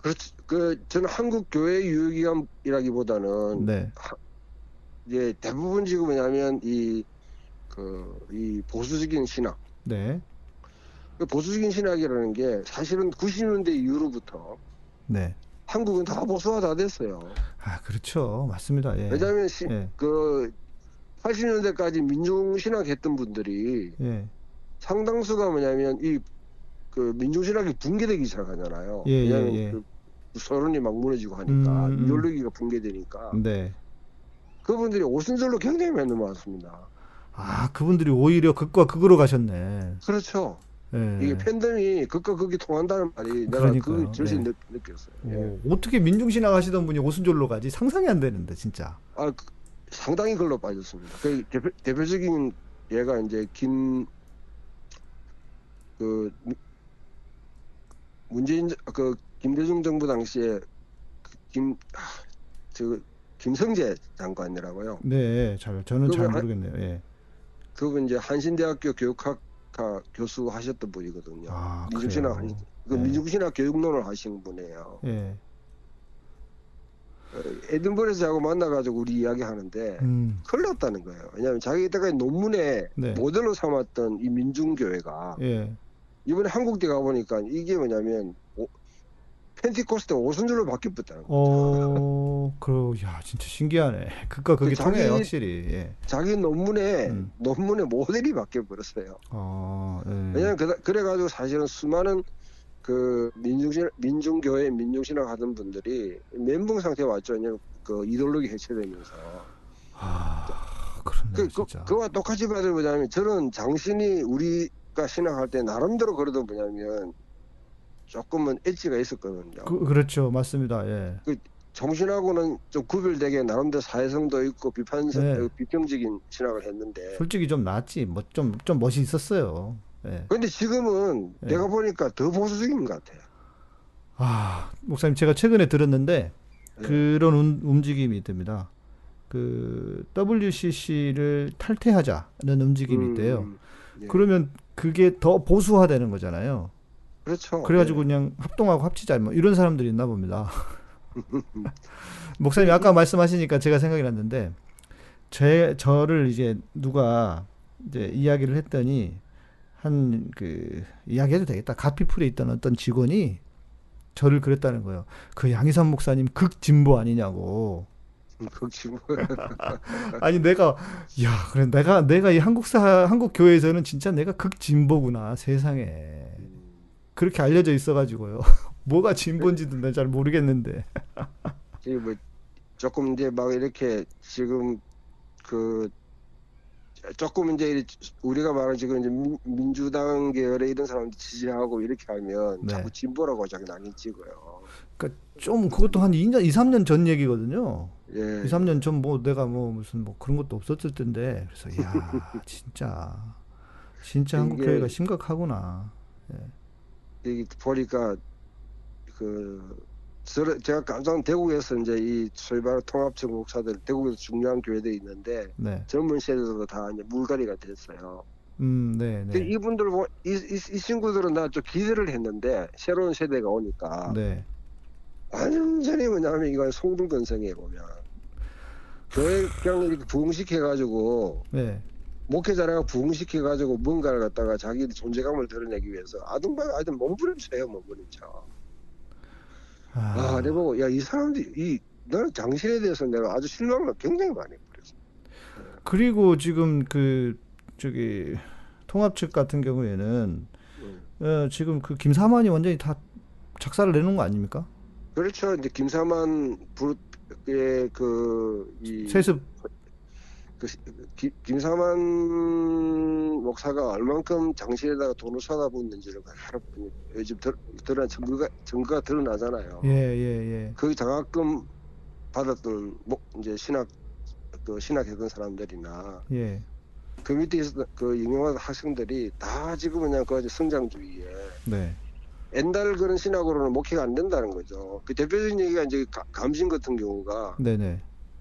S2: 그렇지. 그 저는 한국 교회 유익이라기보다는
S1: 네.
S2: 이제 대부분 지금 뭐냐면 이 그, 이 보수적인 신학.
S1: 네.
S2: 그 보수적인 신학이라는 게 사실은 90년대 이후로부터
S1: 네.
S2: 한국은 다 보수화 다 됐어요.
S1: 아, 그렇죠. 맞습니다. 예.
S2: 왜냐하면 시-
S1: 예.
S2: 그 80년대까지 민중신학 했던 분들이
S1: 예.
S2: 상당수가 뭐냐면 이 그 민중신학이 붕괴되기 시작하잖아요.
S1: 예, 예,
S2: 왜냐하면
S1: 예.
S2: 그 서론이 막 무너지고 하니까
S1: 음, 음.
S2: 이데올로기가 붕괴되니까
S1: 네.
S2: 그분들이 오순절로 굉장히 많이 넘어왔습니다.
S1: 아, 그분들이 오히려 극과 극으로 가셨네.
S2: 그렇죠.
S1: 예.
S2: 이게 팬덤이 극과 극이 통한다는 말이 내가
S1: 그러니까요.
S2: 그 절실히
S1: 네.
S2: 느- 느꼈어요. 예.
S1: 오, 어떻게 민중신학 하시던 분이 오순절로 가지? 상상이 안 되는데 진짜.
S2: 아 그- 상당히 글로 빠졌습니다. 그 대표, 대표적인 예가 이제 김 그 문재인 정- 그 김대중 정부 당시에 그 김저 김성재 장관이라고요.
S1: 네, 잘 저는 잘
S2: 그러면 한-
S1: 모르겠네요. 예.
S2: 그분 이제 한신대학교 교육학과 교수 하셨던 분이거든요.
S1: 아,
S2: 민중신학
S1: 그래요.
S2: 하셨- 그
S1: 네.
S2: 민중신학 교육론을 하신 분이에요.
S1: 예.
S2: 에든버에서 자고 만나가지고 우리 이야기하는데
S1: 음.
S2: 큰일 났다는 거예요. 왜냐하면 자기 이때까지 논문에
S1: 네.
S2: 모델로 삼았던 이 민중교회가
S1: 예.
S2: 이번에 한국대 가보니까 이게 뭐냐면 오- 펜티코스테 오순절로 바뀌었다는 거예요.
S1: 어, 그러 야, 진짜 신기하네. 극과 극이
S2: 그 자기-
S1: 통해요, 확실히. 예.
S2: 자기 논문에
S1: 음.
S2: 논문의 모델이 바뀌어버렸어요.
S1: 어, 예.
S2: 왜냐면 그다- 그래가지고 사실은 수많은 그 민중신 민중교회 민중신학 하던 분들이 멘붕 상태에 왔죠. 왜냐면 그 이돌로기 해체되면서
S1: 아, 그렇네,
S2: 그,
S1: 진짜.
S2: 그, 와 똑같이 봐야 뭐냐면 저는 장신이 우리가 신학할 때 나름대로 그래도 뭐냐면 조금은 엣지가 있었거든요.
S1: 그, 그렇죠, 맞습니다. 예.
S2: 정신하고는 좀 구별되게 나름대로 사회성도 있고 비판
S1: 네.
S2: 어, 비평적인 신학을 했는데
S1: 솔직히 좀 낫지, 뭐좀좀 멋이 있었어요. 예.
S2: 근데 지금은
S1: 네.
S2: 내가 보니까 더 보수적인 것 같아요.
S1: 아, 목사님 제가 최근에 들었는데
S2: 네.
S1: 그런 운- 움직임이 있답니다. 그 WCC를 탈퇴하자는 움직임이 있대요.
S2: 음, 예.
S1: 그러면 그게 더 보수화되는 거잖아요.
S2: 그렇죠.
S1: 그래가지고 그냥 합동하고 합치자 뭐 이런 사람들이 있나 봅니다. 목사님 이 아까 말씀하시니까 제가 생각이 났는데 제 저를 이제 누가 이제 이야기를 했더니 한 그 이야기해도 되겠다. 가피풀에 있던 어떤 직원이 저를 그랬다는 거예요. 그 양희삼 목사님 극진보 아니냐고.
S2: 예. 극심한
S1: 아니 내가 야 그래 내가 내가 이 한국사 한국 교회에서는 진짜 내가 극진보구나 세상에 그렇게 알려져 있어가지고요 뭐가 진보인지도 난 잘 모르겠는데
S2: 이뭐 조금 이제 막 이렇게 지금 그 조금 이제 우리가 말하는 지금 이제 민- 민주당 계열의 이런 사람들 지지하고 이렇게 하면
S1: 네.
S2: 자꾸 진보라고 자기 낙인 찍어요.
S1: 좀 그것도 한 2년, 2, 3년 전 얘기거든요.
S2: 예.
S1: 2, 3년 전 뭐 내가 뭐 무슨 뭐 그런 것도 없었을 텐데 그래서 야 진짜 진짜 한국
S2: 이게-
S1: 교회가 심각하구나.
S2: 여기 보니까 그 저를- 제가 감상 대구에서 이제 이 소위 말하는 통합적 목사들 대구에서 중요한 교회들이 있는데
S1: 네,
S2: 젊은 세대들도 다 이제 물갈이가 됐어요.
S1: 음, 네, 네,
S2: 근데 그 이분들 보- 이, 이, 이 친구들은 나 좀 기대를 했는데 새로운 세대가 오니까
S1: 네.
S2: 완전히 뭐냐면 이건 송불건성에 보면 교회 그냥 이렇게 부흥시켜가지고
S1: 네.
S2: 목회자랑 부흥시켜가지고 뭔가를 갖다가 자기 존재감을 드러내기 위해서 아등바등 하여튼 몸부림쳐요 몸부림쳐 아, 내가 보고 야 이 사람들이 이 나는 장신에 대해서 내가 아주 실망을 굉장히 많이 했어.
S1: 그리고 지금 그 저기 통합 측 같은 경우에는
S2: 음.
S1: 어, 지금 그 김사만이 완전히 다 작사를 내놓은 거 아닙니까?
S2: 그렇죠. 이제 김사만 부의 그이
S1: 세습
S2: 그, 시- 기- 김사만 목사가 얼만큼 장신에다가 돈을 쏟아붓는지를 바로 요즘 드, 드러난 증거가 증거가 드러나잖아요.
S1: 예, 예, 예.
S2: 그 장학금 받았던 목 이제 신학 그 신학했던 사람들이나
S1: 예.
S2: 그 밑에 있었던 그 유명한 학생들이 다 지금 그냥 그 아주 성장주의에
S1: 네.
S2: 옛날 그런 신학으로는 목회가 안 된다는 거죠. 그 대표적인 얘기가 이제 가- 감신 같은 경우가
S1: 네, 네.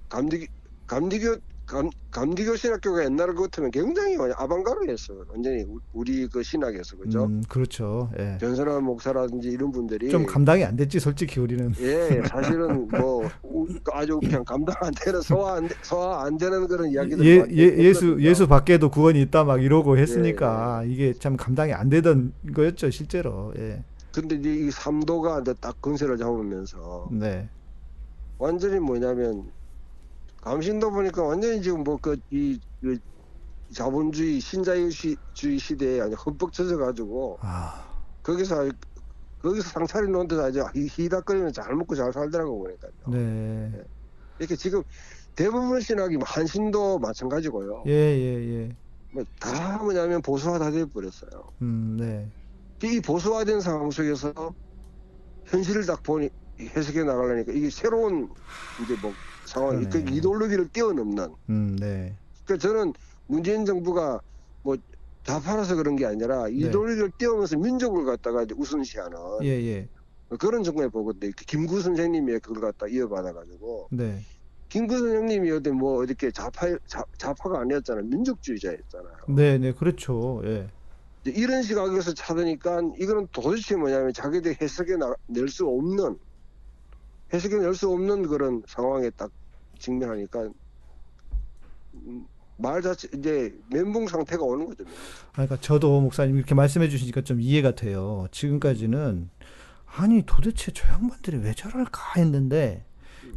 S2: 감디 감디교 감, 감디교 신학교가 옛날 같으면 굉장히 완전 아방가르였어요. 완전히 우- 우리 그 신학에서 그죠. 예.
S1: 음, 그렇죠. 예.
S2: 변선한 목사라든지 이런 분들이
S1: 좀 감당이 안 됐지 솔직히 우리는.
S2: 예 사실은 뭐 우- 아주 그냥 감당 안 되는 소화 안 되- 소화 안 되는 그런 이야기들 예,
S1: 예,
S2: 많이
S1: 예, 예수
S2: 했거든요.
S1: 예수 밖에도 구원이 있다 막 이러고 했으니까 이게 참 감당이 안 되던 거였죠 실제로. 예.
S2: 근데 이제 이 삼도가 이제 딱 근세를 잡으면서
S1: 네.
S2: 완전히 뭐냐면 감신도 보니까 완전히 지금 뭐 그 이 자본주의 신자유주의 시대에 아주 흠뻑 젖어가지고
S1: 아,
S2: 거기서 아주- 거기서 상차리 놓는데 아주 히- 히닥거리면 잘 먹고 잘 살더라고 보니까요.
S1: 네.
S2: 이렇게 지금 대부분 신학이 뭐 한신도 마찬가지고요.
S1: 예, 예, 예.
S2: 뭐다 뭐냐면 보수화 다 돼버렸어요.
S1: 음, 네.
S2: 이 보수화된 상황 속에서 현실을 딱 보니 해석해 나가려니까 이게 새로운 이제 뭐 상황, 그
S1: 그러네.
S2: 이돌로기를 뛰어넘는
S1: 음, 네.
S2: 그러니까 저는 문재인 정부가 뭐 다 팔아서 그런 게 아니라
S1: 네.
S2: 이도리를 띄우면서 민족을 갖다가 이제 우선시하는
S1: 예, 예.
S2: 그런 정부에 보거든요. 그 김구 선생님이 그걸 갖다 이어받아가지고
S1: 네.
S2: 김구 선생님이 어디 뭐 이렇게 좌파 좌, 좌파가 아니었잖아요. 민족주의자였잖아요.
S1: 네, 네. 그렇죠. 예.
S2: 이제 이런 시각에서 찾으니까 이거는 도대체 뭐냐면 자기들 해석에 낼 수 없는 해석에 낼 수 없는 그런 상황에 딱 직면하니까 음, 말 자체 이제 멘붕 상태가 오는 거죠.
S1: 아, 그러니까 저도 목사님 이렇게 말씀해 주시니까 좀 이해가 돼요. 지금까지는 아니 도대체 저 양반들이 왜 저럴까 했는데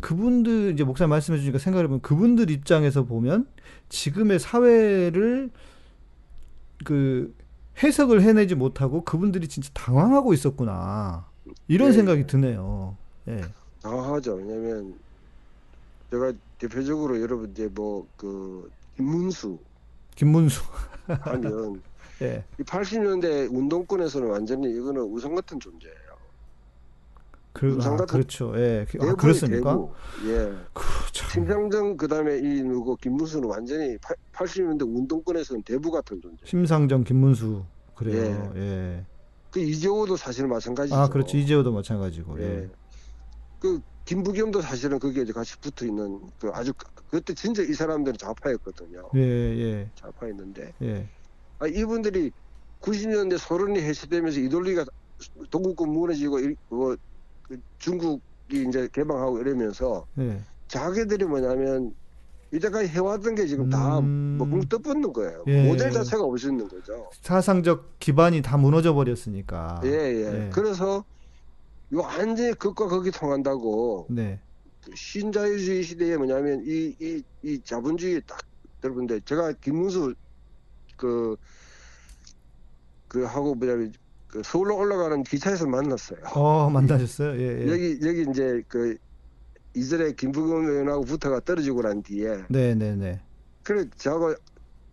S1: 그분들 이제 목사님 말씀해 주니까 생각해 보면 그분들 입장에서 보면 지금의 사회를 그 해석을 해내지 못하고 그분들이 진짜 당황하고 있었구나 이런
S2: 네.
S1: 생각이 드네요. 예,
S2: 당황하죠. 왜냐면 제가 대표적으로 여러분 이제 뭐 그 김문수
S1: 김문수.
S2: 하면
S1: 예,
S2: 이 80년대 운동권에서는 완전히 이거는 우상 같은
S1: 아,
S2: 존재예요.
S1: 그, 아,
S2: 김상각
S1: 그렇죠. 예, 그- 아,
S2: 대부분이
S1: 그렇습니까?
S2: 대부. 예.
S1: 그, 참,
S2: 심상정 그다음에 이 누구 김문수는 완전히 80년대 운동권에서는 대부 같은 존재.
S1: 심상정 김문수 그래요. 예.
S2: 그 이재호도 사실 마찬가지죠.
S1: 아, 그렇죠. 이재호도 마찬가지고.
S2: 예.
S1: 예.
S2: 그 김부겸도 사실은 거기에 이제 같이 붙어 있는 그 아주 그때 진짜 이 사람들은 좌파였거든요.
S1: 예, 예.
S2: 좌파였는데
S1: 예.
S2: 아, 이분들이 90년대 소련이 해체되면서 이돌리가 동국권 무너지고 일- 뭐, 그 중국이 이제 개방하고 이러면서
S1: 예.
S2: 자기들이 뭐냐면 이제까지 해왔던 게 지금 다뭐
S1: 음.
S2: 떠붙는 거예요.
S1: 예.
S2: 모델 자체가 없어지는 거죠.
S1: 사상적 기반이 다 무너져 버렸으니까.
S2: 예, 예.
S1: 예.
S2: 그래서 요 완전히 극과 극이 통한다고
S1: 네.
S2: 신자유주의 시대에 뭐냐면 이 이 이 자본주의에 딱 들어본데 제가 김문수 그 그 하고 뭐냐면 그 서울로 올라가는 기차에서 만났어요.
S1: 어, 만나셨어요? 예, 예.
S2: 여기 여기 이제 그 이전에 김부겸 의원하고 부터가 떨어지고 난 뒤에
S1: 네, 네, 네.
S2: 그래 저하고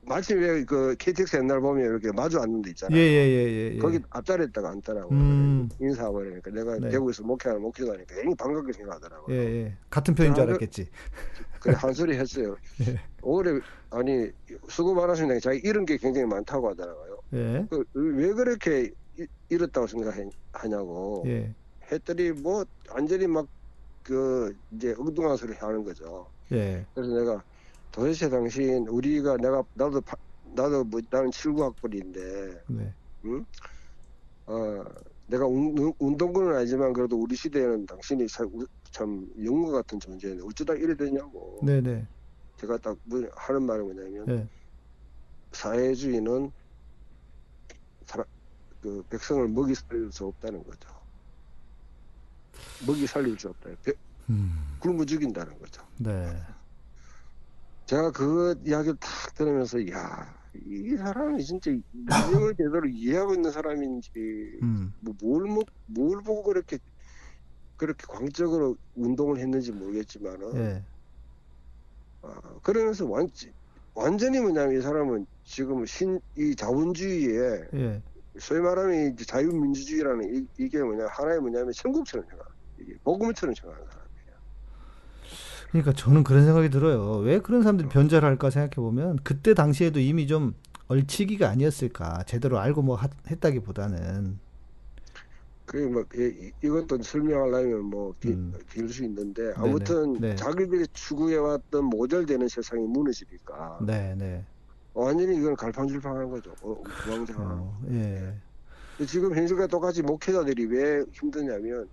S2: 마침 왜 그 KTX 옛날 보면 이렇게 마주 앉는 데 있잖아. 요
S1: 예예예예. 예,
S2: 거기 앞자리에 있다가 앉더라고.
S1: 음.
S2: 인사하고 그러니까 내가
S1: 네.
S2: 대구에서 목회하는 목회자니까 굉장히 반갑게 생각하더라고.
S1: 예,
S2: 요
S1: 예. 같은 편인 줄
S2: 아, 그-
S1: 알았겠지.
S2: 그래 한 소리 했어요.
S1: 예.
S2: 올해 아니 수고 많으신데 자기 잃은 게 굉장히 많다고 하더라고요.
S1: 예.
S2: 그 왜 그렇게 잃- 잃었다고 생각하냐고
S1: 예.
S2: 했더니 뭐 완전히 막 그 이제 엉뚱한 소리 하는 거죠.
S1: 예.
S2: 그래서 내가 도대체 당신 우리가 내가 나도 파- 나도 뭐 나는 79학번인데
S1: 네.
S2: 어 내가 운, 동권은 아니지만 그래도 우리 시대에는 당신이 참, 우- 참 영웅 같은 존재인데 어쩌다 이래 되냐고
S1: 네, 네.
S2: 제가 딱 문- 하는 말이 뭐냐면
S1: 예.
S2: 사회주의는 사람, 그 백성을 먹이 살릴 수 없다는 거죠. 먹이 살릴 수 없다. 배-
S1: 음.
S2: 굶어 죽인다는 거죠.
S1: 네.
S2: 제가 그 이야기를 탁 들으면서 야, 이 사람이 진짜 인생을 제대로 이해하고 있는 사람인지
S1: 음.
S2: 뭐뭘 먹- 뭘 보고 그렇게 그렇게 광적으로 운동을 했는지 모르겠지만은
S1: 예.
S2: 아, 그러면서 완, 완전히 뭐냐면 이 사람은 지금 신 이 자본주의에
S1: 예.
S2: 소위 말하면 이제 자유민주주의라는 이, 이게 뭐냐 하나의 뭐냐면 천국처럼 생각, 이게 복음처럼 생각하는 사람이에요.
S1: 그러니까 저는 그런 생각이 들어요. 왜 그런 사람들이 변절을 할까 생각해 보면 그때 당시에도 이미 좀 얼치기가 아니었을까. 제대로 알고 뭐 하- 했다기보다는
S2: 그게 뭐 이, 이- 이것도 설명하려면 뭐 길 수
S1: 음.
S2: 있는데 아무튼
S1: 네.
S2: 자기들이 추구해왔던 모델되는 세상이 무너지니까
S1: 네, 네.
S2: 완전히 이건 갈팡질팡한 거죠. 어, 우왕좌왕.
S1: 어, 예.
S2: 근데 지금 현실과 똑같이 목회자들이 왜 힘드냐면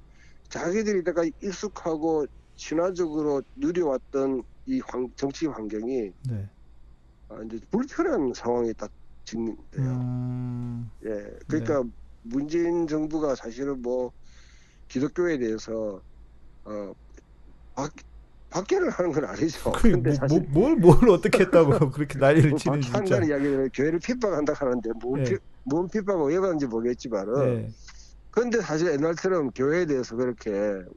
S2: 자기들이 이때까지 익숙하고 친화적으로 누려왔던 이 환- 정치 환경이
S1: 네.
S2: 아, 이제 불편한 상황이 딱 증명돼요.
S1: 음.
S2: 예, 그러니까 문재인 정부가 사실은 뭐 기독교에 대해서 어 박, 박해를 하는 건 아니죠.
S1: 그게
S2: 어, 근데
S1: 뭐-
S2: 사실
S1: 뭐- 뭘, 뭘 어떻게 했다고 그렇게 난리를
S2: 뭐
S1: 치는지 진짜.
S2: 박해한다는 이야기를 교회를 핍박한다 하는데 뭔,
S1: 예.
S2: 핍- 뭔 핍박을 왜 받는지 모르겠지만은
S1: 네,
S2: 근데 사실 옛날처럼 교회에 대해서 그렇게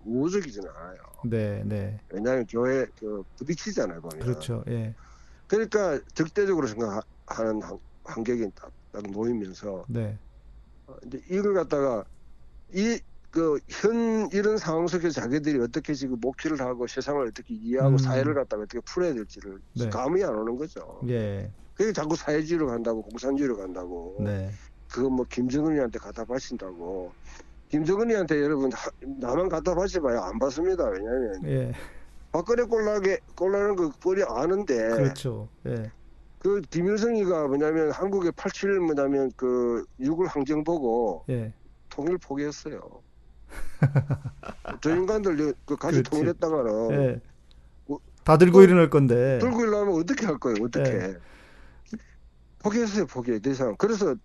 S2: 우호적이지는 않아요.
S1: 네, 네.
S2: 왜냐하면 교회 그 부딪히잖아요 보면.
S1: 그렇죠. 예,
S2: 러니까 적대적으로 생각하는 환- 환경이 딱, 딱 놓이면서
S1: 네,
S2: 어, 이제 이걸 갖다가 이 그 현 이런 상황 속에서 자기들이 어떻게 지금 목표를 하고 세상을 어떻게 이해하고
S1: 음.
S2: 사회를 갖다가 어떻게 풀어야 될지를
S1: 네.
S2: 감이 안 오는 거죠.
S1: 예,
S2: 그게 자꾸 사회주의로 간다고 공산주의로 간다고
S1: 네,
S2: 그거 뭐 김정은이한테 갖다 바친다고 김정은이한테 여러분 하- 나만 갖다 바쳐봐요 안 받습니다. 왜냐하면
S1: 예,
S2: 박근혜 꼴라게 꼴라는 거 꼴이 아는데
S1: 그렇죠. 예,
S2: 그 김일성이가 뭐냐면 한국의 87 뭐냐면 그 육을 항쟁 보고
S1: 예,
S2: 통일 포기했어요. 저 인간들 그 같이
S1: 그렇지.
S2: 통일했다가는
S1: 예.
S2: 어. 뭐,
S1: 다 들고
S2: 또-
S1: 일어날 건데.
S2: 들고 일어나면 어떻게 할 거예요? 어떻게?
S1: 예.
S2: 포기했어요, 포기. 대상. 그래서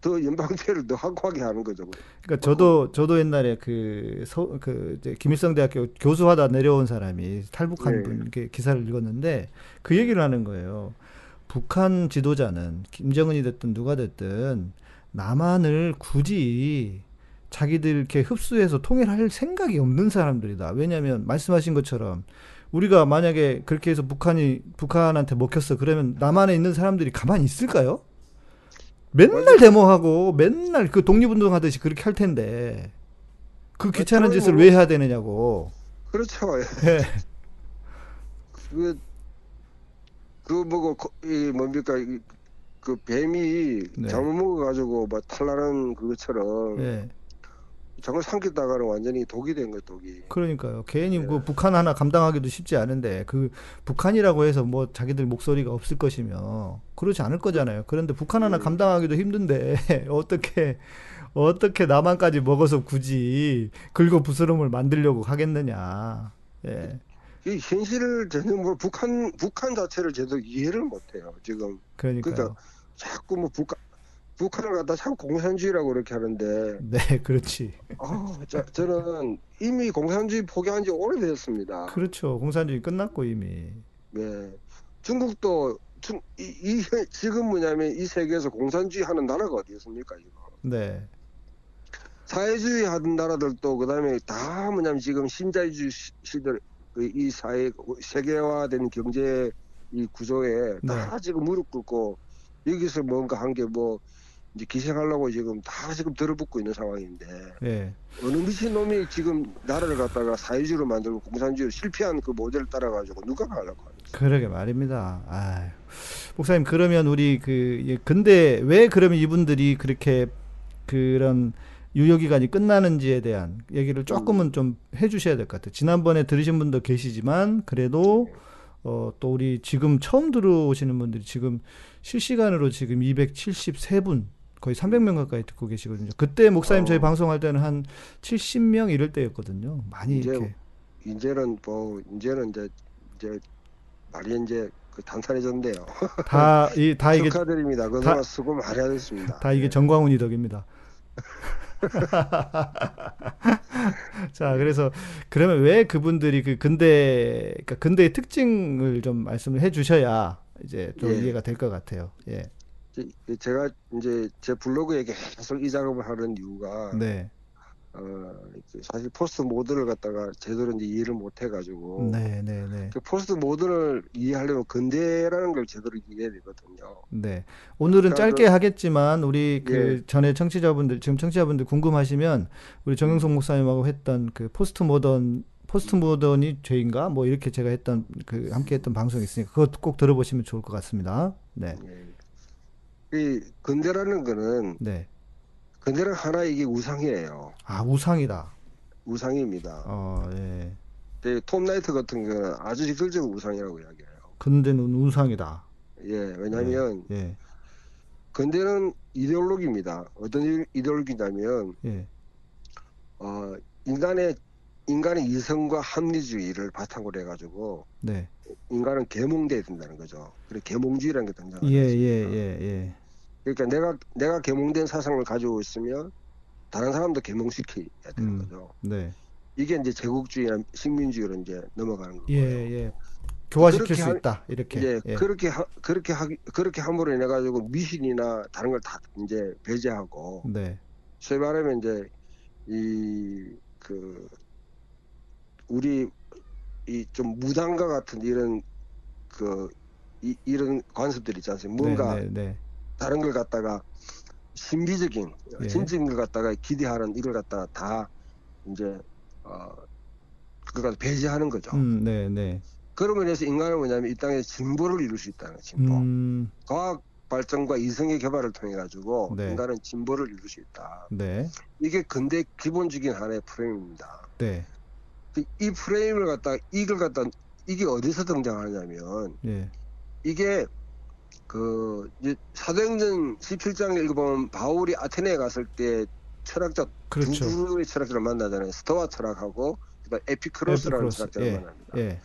S2: 더 연방제를 더 확고하게 하는 거죠.
S1: 그러니까 저도 저도 옛날에 그 서, 그 이제 김일성 대학교 교수하다 내려온 사람이 탈북한
S2: 예.
S1: 분 이렇게 기사를 읽었는데 그 얘기를 하는 거예요. 북한 지도자는 김정은이 됐든 누가 됐든 남한을 굳이 자기들 이렇게 흡수해서 통일할 생각이 없는 사람들이다. 왜냐하면 말씀하신 것처럼 우리가 만약에 그렇게 해서 북한이 북한한테 먹혔어 그러면 남한에 있는 사람들이 가만히 있을까요? 맨날 데모하고 맨날 그 독립운동 하듯이 그렇게 할 텐데 그 귀찮은
S2: 그건
S1: 짓을
S2: 뭐-
S1: 왜 해야 되느냐고.
S2: 그렇죠.
S1: 예.
S2: 그, 그 뭐고, 거- 이 뭡니까, 이- 그 뱀이
S1: 네.
S2: 잘못 먹어가지고 막 탈나는 그것처럼
S1: 예.
S2: 저걸 삼키다가는 완전히 독이 된 거예요, 독이.
S1: 그러니까요. 괜히 그 북한 하나 감당하기도 쉽지 않은데 그 북한이라고 해서 뭐 자기들 목소리가 없을 것이며 그렇지 않을 거잖아요. 그런데 북한 하나
S2: 음.
S1: 감당하기도 힘든데 어떻게 어떻게 남한까지 먹어서 굳이 긁어 부스럼을 만들려고 하겠느냐. 예.
S2: 이 현실을 전혀 뭐 북한 북한 자체를 제대로 이해를 못해요 지금
S1: 그러니까요.
S2: 그러니까- 자꾸 뭐 북한 북한을 갖다 자꾸 공산주의라고 그렇게 하는데
S1: 네, 그렇지.
S2: 아, 저, 저는 이미 공산주의 포기한 지 오래됐습니다.
S1: 그렇죠. 공산주의 끝났고 이미.
S2: 네. 중국도 중, 이, 이 현- 지금 뭐냐면 이 세계에서 공산주의 하는 나라가 어디 있습니까 지금
S1: 네.
S2: 사회주의 하는 나라들도 그다음에 다 뭐냐면 지금 신자유주의 시- 시들 그이
S1: 네.
S2: 사회 세계화된 경제 이 구조에 다 지금 무릎 꿇고 여기서 뭔가 한 게 뭐 이제 기생하려고 지금 다 지금 들어붙고 있는 상황인데
S1: 예.
S2: 어느 미친 놈이 지금 나라를 갖다가 사회주의로 만들고 공산주의로 실패한 그 모델을 따라가지고 누가 가려고 하는
S1: 그러게 말입니다. 아, 목사님 그러면 우리 그 예, 근데 왜 그러면 이분들이 그렇게 그런 유효기간이 끝나는지에 대한 얘기를 조금은 좀 해주셔야 될 것 같아요. 지난번에 들으신 분도 계시지만 그래도 어, 또 우리 지금 처음 들어오시는 분들이 지금 실시간으로 지금 273분 거의 300명 가까이 듣고 계시거든요. 그때 목사님 저희
S2: 어.
S1: 방송할 때는 한 70명 이럴 때였거든요. 많이
S2: 이제
S1: 이렇게
S2: 이제는 뭐 이제는 이제 이제 말이 이제 그 단산해졌는데요.
S1: 다 이 다 아, 이게
S2: 축하드립니다. 그동안 수고 많이 하셨습니다. 네.
S1: 다 이게 정광훈이 덕입니다. 자, 그래서 그러면 왜 그분들이 그 근대 그러니까 근대의 특징을 좀 말씀을 해 주셔야 이제 좀
S2: 예.
S1: 이해가 될 것 같아요. 예.
S2: 제- 제가 이제 제 블로그에 계속 이 작업을 하는 이유가
S1: 네.
S2: 어, 사실 포스트 모드를 갖다가 제대로 이제 이해를 못 해가지고
S1: 네, 네, 네.
S2: 그 포스트 모드를 이해하려면 근대라는 걸 제대로 이해해야 되거든요.
S1: 네. 오늘은
S2: 그러니까 예.
S1: 짧게 하겠지만 우리 그 전에 청취자분들 지금 청취자분들 궁금하시면 우리
S2: 음.
S1: 정영석 목사님하고 했던 그 포스트 모던 포스트 모던이 죄인가 뭐 이렇게 제가 했던 그 함께 했던 방송이 있으니까 그것 꼭 들어보시면 좋을 것 같습니다. 네.
S2: 예. 이 근대라는 거는
S1: 네.
S2: 근대는 하나 이게 우상이에요.
S1: 아, 우상이다.
S2: 우상입니다.
S1: 어, 예.
S2: 근데 톰 나이트 같은 경우는 아주 직설적인 우상이라고 이야기해요.
S1: 근대는 우상이다.
S2: 예, 왜냐하면
S1: 예.
S2: 근대는 이데올로기입니다. 어떤 이- 이데올로기냐면
S1: 예.
S2: 어, 인간의 인간의 이성과 합리주의를 바탕으로 해가지고
S1: 네.
S2: 인간은 계몽돼야 된다는 거죠. 그래 계몽주의라는 게 등장하죠.
S1: 예, 예, 예, 예.
S2: 그러니까 내가 내가 계몽된 사상을 가지고 있으면 다른 사람도 계몽시켜야 되는
S1: 음.
S2: 거죠.
S1: 네.
S2: 이게 이제 제국주의나 식민주의로 이제 넘어가는
S1: 예,
S2: 거고요.
S1: 예. 교화시킬
S2: 그렇게
S1: 수
S2: 할-
S1: 있다. 이렇게.
S2: 예,
S1: 예.
S2: 그렇게 하, 그렇게 하, 그렇게 함으로 인해 가지고 미신이나 다른 걸 다 이제 배제하고
S1: 네.
S2: 소위 말하면 이제 이 그 우리 이 좀 무당과 같은 이런 그 이, 이런 관습들 있지 않습니까? 뭔가
S1: 네, 네, 네.
S2: 다른 걸 갖다가 신비적인
S1: 예.
S2: 신적인 걸 갖다가 기대하는 이걸 갖다가 다 이제 어 그걸 배제하는 거죠.
S1: 음, 네, 네.
S2: 그러면 해서 인간은 뭐냐면 이 땅에 진보를 이룰 수 있다는 거예요, 진보.
S1: 음.
S2: 과학 발전과 이성의 개발을 통해 가지고
S1: 네.
S2: 인간은 진보를 이룰 수 있다.
S1: 네.
S2: 이게 근대 기본적인 하나의 프레임입니다.
S1: 네.
S2: 그이 프레임을 갖다 이걸 갖다 이게 어디서 등장하냐면
S1: 예.
S2: 이게 그 이제 사도행전 17장을 읽어보면 바울이 아테네에 갔을 때 철학자
S1: 그렇죠.
S2: 두 그룹의 철학자를 만나잖아요. 스토아 철학하고 그다음에 에피크로스라는
S1: 에피크로스,
S2: 철학자를
S1: 예,
S2: 만납니다.
S1: 예.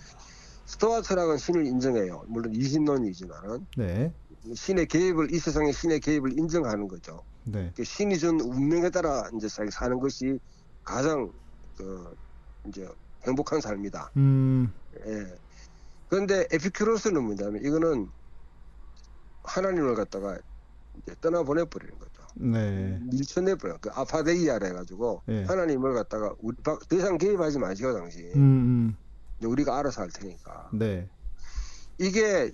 S2: 스토아 철학은 신을 인정해요. 물론 이신론이지만
S1: 네.
S2: 신의 개입을 이 세상의 신의 개입을 인정하는 거죠.
S1: 네.
S2: 그 신이 준 운명에 따라 이제 자기 사는 것이 가장 그 이제 행복한 삶이다.
S1: 음.
S2: 예. 그런데 에피큐로스는 뭐냐면 이거는 하나님을 갖다가 이제 떠나보내 버리는 거죠.
S1: 네.
S2: 밀쳐내 버려. 그 아파데이아래 가지고
S1: 예.
S2: 하나님을 갖다가 우리 바- 더 이상 개입하지 마시고 당신.
S1: 음,
S2: 이제 우리가 알아서 할 테니까.
S1: 음. 네.
S2: 이게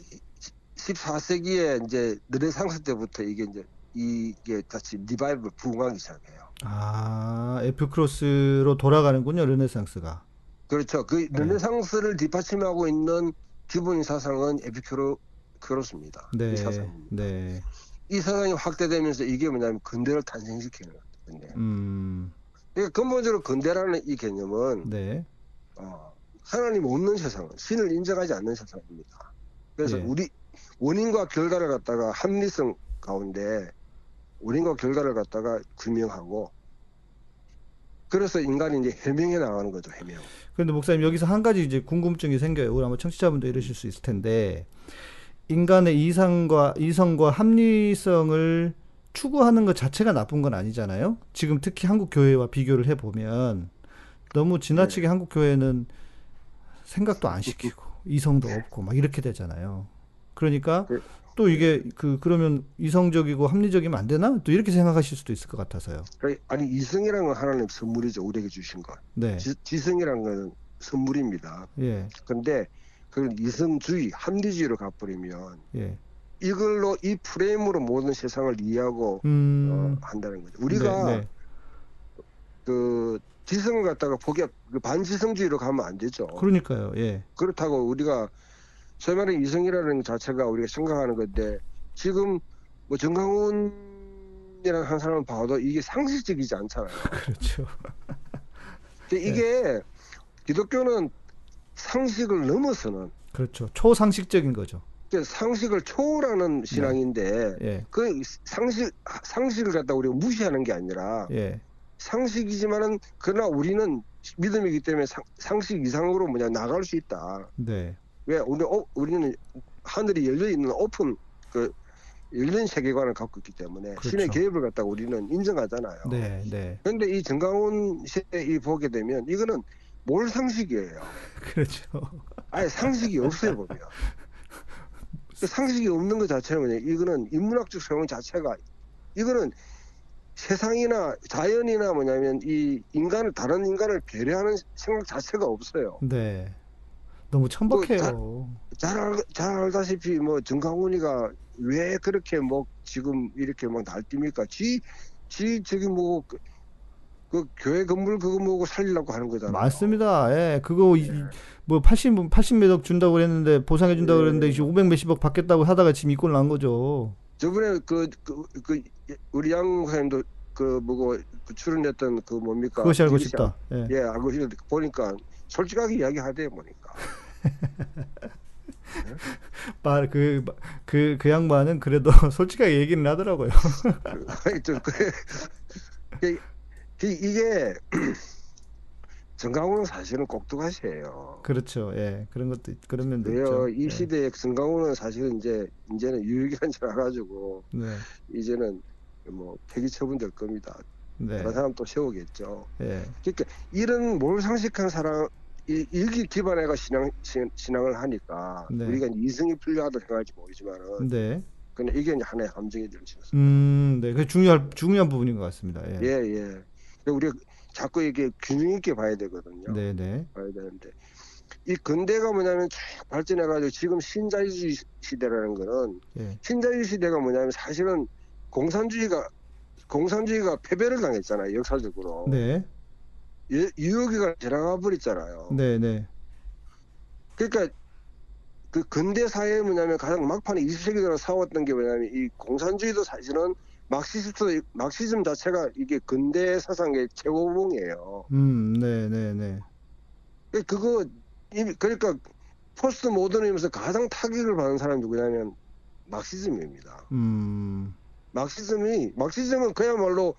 S2: 14세기에 이제 느레상스 때부터 이게 이제 이게 다시 리바이브 부흥하기 시작해요.
S1: 아, 에피크로스로 돌아가는군요, 르네상스가.
S2: 그렇죠. 그 르네상스를 뒷받침하고 있는 기본 사상은 에피큐로스입니다.
S1: 네.
S2: 이 사상.
S1: 네.
S2: 이 사상이 확대되면서 이게 뭐냐면 근대를 탄생시키는 건데.
S1: 음.
S2: 그러니까 근본적으로 근대라는 이 개념은
S1: 네.
S2: 어, 하나님 없는 세상, 신을 인정하지 않는 세상입니다. 그래서
S1: 예.
S2: 우리 원인과 결과를 갖다가 합리성 가운데 원인과 결과를 갖다가 규명하고 그래서 인간이 이제 해명해 나가는 거죠, 해명.
S1: 그런데 목사님 여기서 한 가지 이제 궁금증이 생겨요. 우리 아마 청취자분도 이러실 수 있을 텐데 인간의 이상과 이성과 합리성을 추구하는 것 자체가 나쁜 건 아니잖아요. 지금 특히 한국 교회와 비교를 해 보면 너무 지나치게
S2: 네.
S1: 한국 교회는 생각도 안 시키고 이성도 없고 막 이렇게 되잖아요. 그러니까
S2: 네. 그-
S1: 또 이게 그 그러면 이성적이고 합리적이면 안 되나? 또 이렇게 생각하실 수도 있을 것 같아서요.
S2: 그러니까 아니 이성이라는 건 하나님 선물이죠, 우리에게 주신 것.
S1: 네.
S2: 지, 지성이라는 건 선물입니다.
S1: 예.
S2: 근데 그걸 이성주의, 합리주의로 가버리면
S1: 예.
S2: 이걸로 이 프레임으로 모든 세상을 이해하고
S1: 음.
S2: 어, 한다는 거죠. 우리가
S1: 네, 네.
S2: 그 지성을 갖다가 포기합 그 반지성주의로 가면 안 되죠.
S1: 그러니까요. 예.
S2: 그렇다고 우리가 소위 말해 이성이라는 것 자체가 우리가 생각하는 건데 지금 뭐 정강훈이라는 한 사람을 봐도 이게 상식적이지 않잖아요.
S1: 그렇죠. 네.
S2: 근데 이게 기독교는 상식을 넘어서는
S1: 그렇죠. 초상식적인 거죠.
S2: 그러니까 상식을
S1: 네.
S2: 초월하는 신앙인데
S1: 예.
S2: 그 상식 상식을 갖다 우리가 무시하는 게 아니라
S1: 예.
S2: 상식이지만은 그러나 우리는 믿음이기 때문에 상, 상식 이상으로 뭐냐 나갈 수 있다.
S1: 네.
S2: 왜 우리 어, 우리는 하늘이 열려 있는 오픈 그 열린 세계관을 갖고 있기 때문에
S1: 그렇죠.
S2: 신의 개입을 갖다가 우리는 인정하잖아요.
S1: 네. 네.
S2: 그런데 이 정강훈 씨이 보게 되면 이거는 몰 상식이에요.
S1: 그렇죠.
S2: 아예 상식이 없어요 보면. 그 상식이 없는 것 자체는 뭐냐 이거는 인문학적 소용 자체가 이거는 세상이나 자연이나 뭐냐면 이 인간을 다른 인간을 배려하는 생각 자체가 없어요.
S1: 네. 너무 천박해요.
S2: 잘, 알, 잘 알다시피 뭐 정강훈이가 왜 그렇게 뭐 지금 이렇게 막 날뛰니까 지, 지 저기 뭐 그 교회 건물 그거 뭐고 살리려고 하는 거잖아요.
S1: 맞습니다. 예. 그거 이- 뭐 80, 80몇억 준다고 그랬는데 보상해 준다고 그랬는데 이제 500 몇십억 받겠다고 하다가 지금 이꼴 난 거죠.
S2: 저번에 그, 그, 그 우리 양 목사님도 그 뭐고 그 출연했던 그 뭡니까?
S1: 아, 그것이 알고
S2: 디기시-
S1: 싶다. 예.
S2: 예, 알고 싶다. 보니까 솔직하게 이야기하대 보니까.
S1: 말 그, 그, 그 양반은 그래도 솔직하게 얘기는 하더라고요.
S2: 하여튼 그, 이- 이게 정강훈은 사실은 꼭두가시예요.
S1: 그렇죠. 예. 그런 것도, 있- 그런 면도
S2: 왜요?
S1: 있죠.
S2: 이
S1: 예.
S2: 시대에 정강훈은 사실은 이제 이제는 유효기간 지나가지고
S1: 네.
S2: 이제는 뭐 폐기 처분될 겁니다.
S1: 네.
S2: 다른 사람 또 세우겠죠.
S1: 예.
S2: 그러니까 이런 몰상식한 사람 이- 일기 기반해가 신앙 신, 신앙을 하니까
S1: 네.
S2: 우리가 이제 이성이 필요하다 생각할지 모르지만은
S1: 네.
S2: 그냥 이게 이제 하나의 감정이 들면서
S1: 음, 네. 그 중요한 중요한 부분인 것 같습니다. 예.
S2: 예 예. 근데 우리가 자꾸 이게 균형 있게 봐야 되거든요.
S1: 네, 네.
S2: 봐야 되는데 이 근대가 뭐냐면 쭉 발전해가지고 지금 신자유주의 시대라는 거는
S1: 예.
S2: 신자유주의 시대가 뭐냐면 사실은 공산주의가 공산주의가 패배를 당했잖아요 역사적으로
S1: 네.
S2: 유- 유효기간 지나가 버렸잖아요
S1: 네, 네.
S2: 그러니까 그 근대 사회에 뭐냐면 가장 막판에 20세기 들어 싸웠던 게 뭐냐면 이 공산주의도 사실은 막시스트 막시즘 자체가 이게 근대 사상의 최고봉이에요
S1: 음, 네, 네, 네.
S2: 그- 그거 이미- 그러니까 포스트 모더니즘에서 가장 타격을 받은 사람이 누구냐면 막시즘입니다
S1: 음.
S2: 막시즘이 막시즘은 그야말로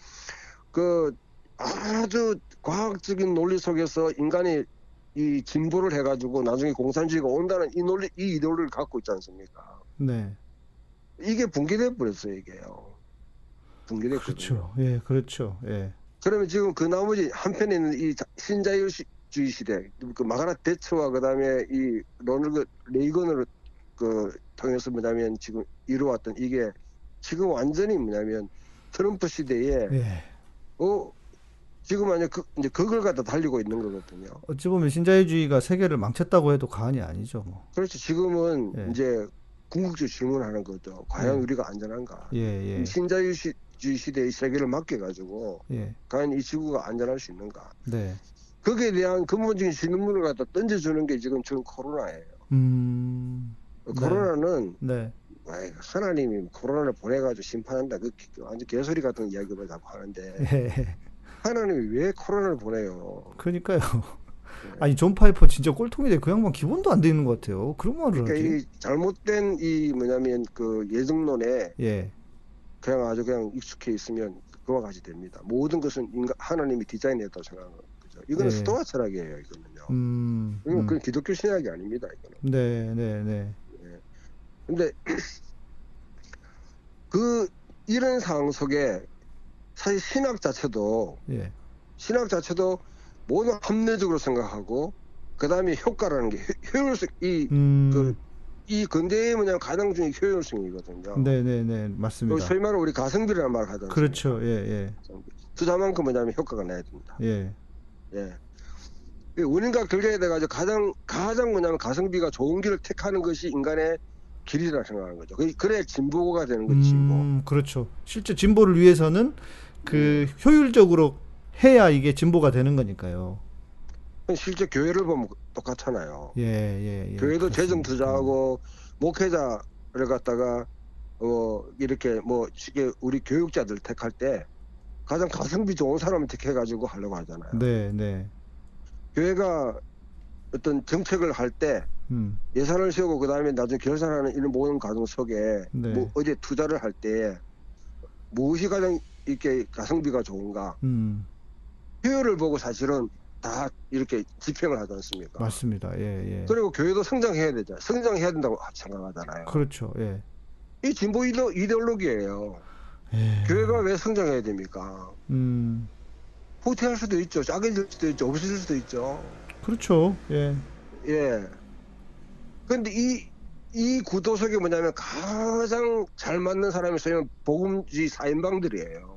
S2: 그 아주 과학적인 논리 속에서 인간이 이 진보를 해가지고 나중에 공산주의가 온다는 이 논리 이 이론을 갖고 있지 않습니까?
S1: 네.
S2: 이게 붕괴돼 버렸어요 이게요. 붕괴됐거든요.
S1: 그렇죠. 예, 그렇죠. 예.
S2: 그러면 지금 그 나머지 한편에 있는 이 자- 신자유주의 시대 그 마가라 대처와 그다음에 이 로널드 레이건을 그 통해서 뭐냐면 지금 이루어왔던 이게 지금 완전히 뭐냐면 트럼프 시대에
S1: 예.
S2: 어 지금 만약 그 이제 그걸 갖다 달리고 있는 거거든요.
S1: 어찌 보면 신자유주의가 세계를 망쳤다고 해도 과언이 아니죠, 뭐.
S2: 그렇죠. 지금은
S1: 네.
S2: 이제 궁극적 질문하는 거죠. 과연
S1: 네.
S2: 우리가 안전한가?
S1: 예, 예.
S2: 이 신자유주의 시대의 세계를 맡겨가지고
S1: 예.
S2: 과연 이 지구가 안전할 수 있는가?
S1: 네.
S2: 거기에 대한 근본적인 질문을 갖다 던져주는 게 지금 지금 코로나예요. 그
S1: 음. 네.
S2: 코로나는
S1: 네.
S2: 아이, 하나님이 코로나를 보내가지고 심판한다. 그 기- 완전 개소리 같은 이야기만 자꾸 하는데
S1: 예.
S2: 하나님이 왜 코로나를 보내요?
S1: 그러니까요.
S2: 네.
S1: 아니 존 파이퍼 진짜 꼴통인데 그 양반 기본도 안 돼 있는 것 같아요. 그런 말을
S2: 그러니까
S1: 하지.
S2: 이 잘못된 이 뭐냐면 그 예정론에
S1: 예.
S2: 그냥 아주 그냥 익숙해 있으면 그와 같이 됩니다. 모든 것은 인간 하나님이 디자인했다고 생각하는 거죠. 이거는
S1: 네.
S2: 스토아 철학이에요. 이거는요.
S1: 음.
S2: 이건
S1: 음.
S2: 그건 기독교 신학이 아닙니다. 이거는.
S1: 네, 네, 네.
S2: 근데 그 이런 상황 속에 사실 신학 자체도
S1: 예.
S2: 신학 자체도 모두 합리적으로 생각하고 그 다음에 효과라는 게 효- 효율성 이,
S1: 음.
S2: 그, 이 근대의 뭐냐 가장 중요한 게 효율성이거든요.
S1: 네, 네, 네.
S2: 그
S1: 맞습니다.
S2: 소위 말로 우리 가성비라는 말을 하잖아요.
S1: 그렇죠. 예,
S2: 투자만큼 뭐냐면 효과가 나야 됩니다.
S1: 예. 예.
S2: 예. 이 원인과 결과에 대해 가지고 가장 가장 뭐냐면 가성비가 좋은 길을 택하는 것이 인간의 길이라 생각하는 거죠. 그- 그래야 진보가 되는 거지. 뭐.
S1: 음, 그렇죠. 실제 진보를 위해서는 그 효율적으로 해야 이게 진보가 되는 거니까요.
S2: 그러니까 실제 교회를 보면 똑같잖아요.
S1: 예, 예, 예.
S2: 교회도
S1: 그렇습니다.
S2: 재정 투자하고 목회자를 갖다가 어 이렇게 뭐 쉽게 우리 교육자들 택할 때 가장 가성비 좋은 사람을 택해가지고 하려고 하잖아요.
S1: 네, 네.
S2: 교회가 어떤 정책을 할 때
S1: 음.
S2: 예산을 세우고 그 다음에 나중에 결산하는 이런 모든 과정 속에
S1: 네.
S2: 뭐 어제 투자를 할 때 무엇이 가장 이렇게 가성비가 좋은가
S1: 음.
S2: 효율을 보고 사실은 다 이렇게 집행을 하지 않습니까?
S1: 맞습니다. 예, 예.
S2: 그리고 교회도 성장해야 되죠. 성장해야 된다고 생각하잖아요.
S1: 그렇죠. 예.
S2: 이 진보 이데올로기예요
S1: 예.
S2: 교회가 왜 성장해야 됩니까?
S1: 음.
S2: 후퇴할 수도 있죠. 짜게 될 수도 있죠. 없어질 수도 있죠.
S1: 그렇죠. 예.
S2: 예. 근데 이, 이 구도 속에 뭐냐면 가장 잘 맞는 사람이 소위 복음주의 사인방들이에요.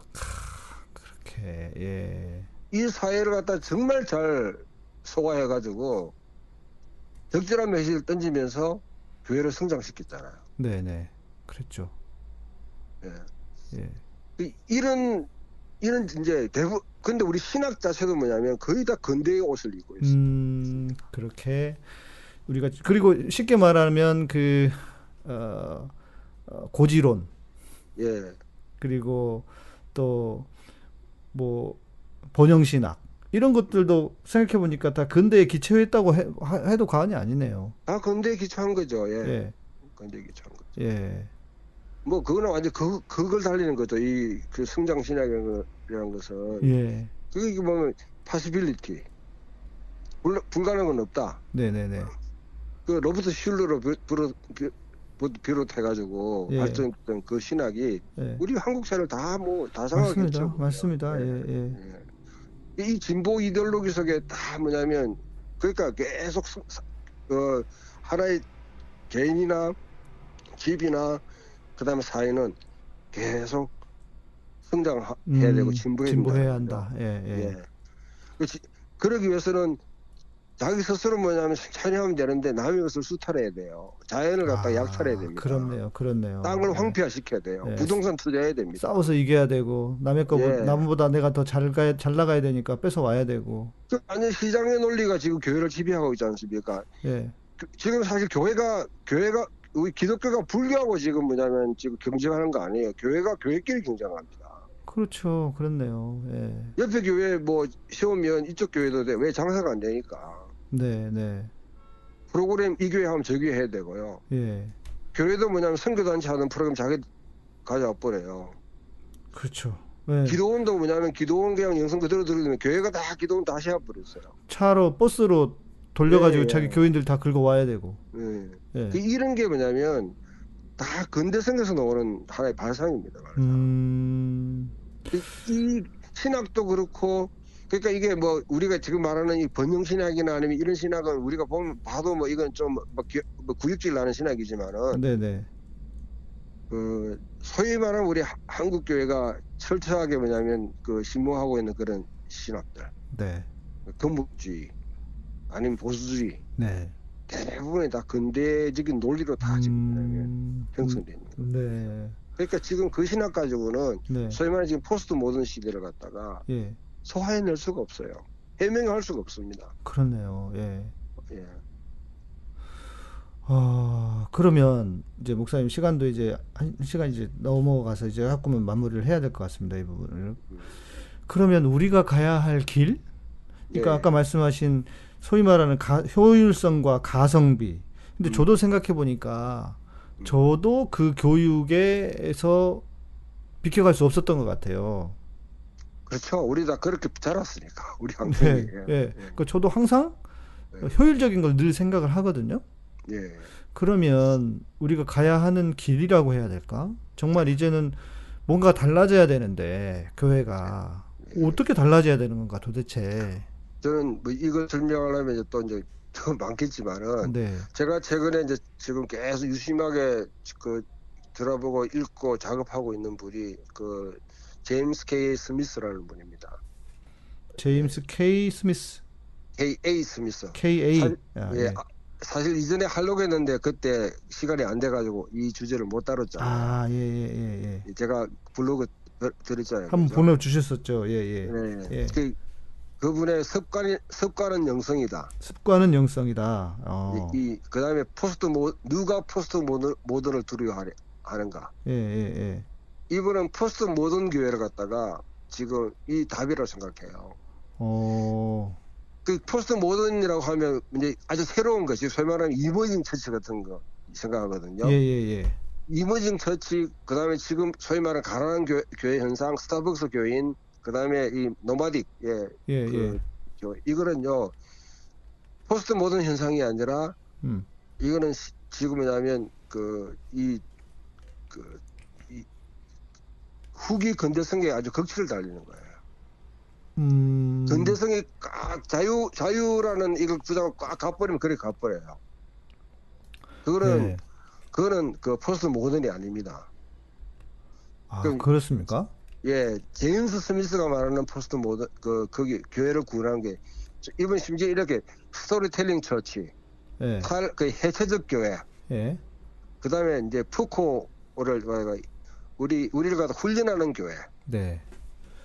S1: 그렇게. 예.
S2: 이 사회를 갖다 정말 잘 소화해가지고 적절한 메시지를 던지면서 교회를 성장시켰잖아요.
S1: 네, 네. 그랬죠.
S2: 예.
S1: 예.
S2: 이- 이런, 이런 이제 대부, 근데 우리 신학 자체도 뭐냐면 거의 다 근대의 옷을 입고 있어요.
S1: 음, 그렇게 우리가 그리고 쉽게 말하면 그 어, 어, 고지론
S2: 예.
S1: 그리고 또 뭐 번영신학 이런 것들도 생각해 보니까 다 근대에 기초했다고 해, 하- 해도 과언이 아니네요.
S2: 다 근대에 기초한 거죠. 예.
S1: 예,
S2: 근대에 기초한 거죠.
S1: 예,
S2: 뭐 그거는 완전 그 그걸 달리는 거죠. 이 그 성장 신학이라는 것은
S1: 예,
S2: 그게 이게 보면 파시빌리티 물론 불가능한 건 없다.
S1: 네, 네, 네,
S2: 그 로버트 슐러로 비- 비롯, 비- 비- 비롯해가지고
S1: 예.
S2: 발전했던 그 신학이
S1: 예.
S2: 우리 한국 사회를 다 뭐다
S1: 맞습니다,
S2: 상하겠죠. 네.
S1: 맞습니다. 예, 예,
S2: 예. 이 진보 이데올로기 속에 다 뭐냐면 그러니까 계속 성- 사- 어, 하나의 개인이나 집이나 그다음에 사회는 계속 성장해야
S1: 음,
S2: 되고 진보해야,
S1: 진보해야
S2: 된다는
S1: 한다. 예,
S2: 거죠.
S1: 예,
S2: 예. 그 지- 그러기 위해서는 자기 스스로 뭐냐면 찬양하면 되는데 남의 것을 수탈해야 돼요. 자연을 갖다
S1: 아,
S2: 약탈해야 됩니다.
S1: 그렇네요, 그렇네요.
S2: 땅을
S1: 예.
S2: 황폐화시켜야 돼요.
S1: 예.
S2: 부동산 투자해야 됩니다.
S1: 싸워서 이겨야 되고 남의 거
S2: 예.
S1: 남보다 내가 더 잘 가, 잘 나가야 되니까 뺏어 와야 되고.
S2: 그 아니 시장의 논리가 지금 교회를 지배하고 있지 않습니까?
S1: 예,
S2: 그- 지금 사실 교회가 교회가 우리 기독교가 불교하고 지금 뭐냐면 지금 경쟁하는 거 아니에요. 교회가 교회끼리 경쟁합니다.
S1: 그렇죠, 그렇네요. 예,
S2: 옆에 교회 뭐 세우면 이쪽 교회도 돼. 왜 장사가 안 되니까.
S1: 네, 네,
S2: 프로그램 이 교회 하면 저 교회 해야 되고요.
S1: 예,
S2: 교회도 뭐냐면 선교단체 하는 프로그램 자기 가져와 버려요.
S1: 그렇죠. 예.
S2: 기도원도 뭐냐면 기도원 그냥 영상 그대로 들으면 교회가 다 기도원 다시 해버렸어요.
S1: 차로 버스로 돌려가지고
S2: 예, 예.
S1: 자기 교인들 다 긁어 와야 되고.
S2: 예.
S1: 예.
S2: 그 이런 게 뭐냐면 다 근대 성에서 나오는 하나의 발상입니다. 발상.
S1: 음,
S2: 이- 이 신학도 그렇고 그러니까 이게 뭐 우리가 지금 말하는 이 번영 신학이나 아니면 이런 신학은 우리가 보면 봐도 뭐 이건 좀뭐 구육질 나는 신학이지만은
S1: 네, 네,
S2: 그 소위 말하는 우리 하- 한국 교회가 철저하게 뭐냐면 그 신모하고 있는 그런 신학들
S1: 네,
S2: 건국주의 아니면 보수주의
S1: 네.
S2: 대부분이 다 근대적인 논리로 다 아, 지금 뭐냐면
S1: 음,
S2: 형성돼 있는 거예요.
S1: 네,
S2: 그러니까 지금 그 신학 가지고는
S1: 네,
S2: 소위 말하는 지금 포스트 모던 시대를 갖다가
S1: 예,
S2: 소화해낼 수가 없어요 해명할 수가 없습니다
S1: 그렇네요. 예.
S2: 예.
S1: 아, 그러면 이제 목사님 시간도 이제 한 시간 이제 넘어가서 이제 가끔은 마무리를 해야 될 것 같습니다. 이 부분을. 그러면 우리가 가야 할 길? 그러니까
S2: 예.
S1: 아까 말씀하신 소위 말하는 가, 효율성과 가성비. 근데
S2: 음.
S1: 저도 생각해 보니까
S2: 음.
S1: 저도 그 교육에서 비켜갈 수 없었던 것 같아요.
S2: 그렇죠. 우리 다 그렇게 자랐으니까 우리 한국이.
S1: 네,
S2: 예.
S1: 예. 그 저도 항상
S2: 네.
S1: 효율적인 걸 늘 생각을 하거든요.
S2: 예.
S1: 그러면 우리가 가야 하는 길이라고 해야 될까? 정말 이제는 뭔가 달라져야 되는데 교회가 어떻게 달라져야 되는 건가 도대체?
S2: 저는 뭐 이걸 설명하려면 이제 또 이제 좀 많겠지만은
S1: 네,
S2: 제가 최근에 이제 지금 계속 유심하게 그 들어보고 읽고 작업하고 있는 분이 그 제임스 K. 스미스라는 분입니다.
S1: 제임스 K 스미스,
S2: K. A. 스미스.
S1: K A.
S2: 살-
S1: 아,
S2: 예.
S1: 예.
S2: 아, 사실 이전에 하려고 했는데 그때 시간이 안 돼가지고 이 주제를 못 다뤘잖아요.
S1: 아, 예, 예, 예, 예.
S2: 제가 블로그 드- 드렸잖아요.
S1: 한번
S2: 그죠?
S1: 보내주셨었죠. 예, 예.
S2: 네.
S1: 예.
S2: 그, 그분의 습관이 습관은 영성이다.
S1: 습관은 영성이다. 어.
S2: 이, 이- 그다음에 포스트 모 누가 포스트 모던, 모던을 두려워하는가?
S1: 예, 예, 예.
S2: 이분은 포스트 모던 교회를 갖다가 지금 이 답이라고 생각해요.
S1: 어.
S2: 그 포스트 모던이라고 하면 이제 아주 새로운 것이 소위 말하면 이머징 처치 같은 거 생각하거든요.
S1: 예, 예, 예.
S2: 이머징 처치 그다음에 지금 소위 말하는 가난한 교, 교회 현상, 스타벅스 교인, 그다음에 이 노마딕 예,
S1: 예, 예.
S2: 그, 저, 이거는요 포스트 모던 현상이 아니라
S1: 음.
S2: 이거는 시- 지금 뭐냐면 그이 그, 이 후기 근대성에 아주 극치를 달리는 거예요.
S1: 음.
S2: 근대성이 꽉 자유 자유라는 이걸 주장을 꽉 가버리면 그래 가버려요. 그거는
S1: 네.
S2: 그거는 그 포스트 모던이 아닙니다.
S1: 아,
S2: 그-
S1: 그렇습니까?
S2: 예, 제임스 스미스가 말하는 포스트 모던 그 거기 교회를 구하는 게 이번 심지어 이렇게 스토리텔링 처치,
S1: 예.
S2: 탈- 그 해체적 교회,
S1: 예.
S2: 그다음에 이제 푸코를 뭐야, 우리 우리를 갖다 훈련하는 교회
S1: 네.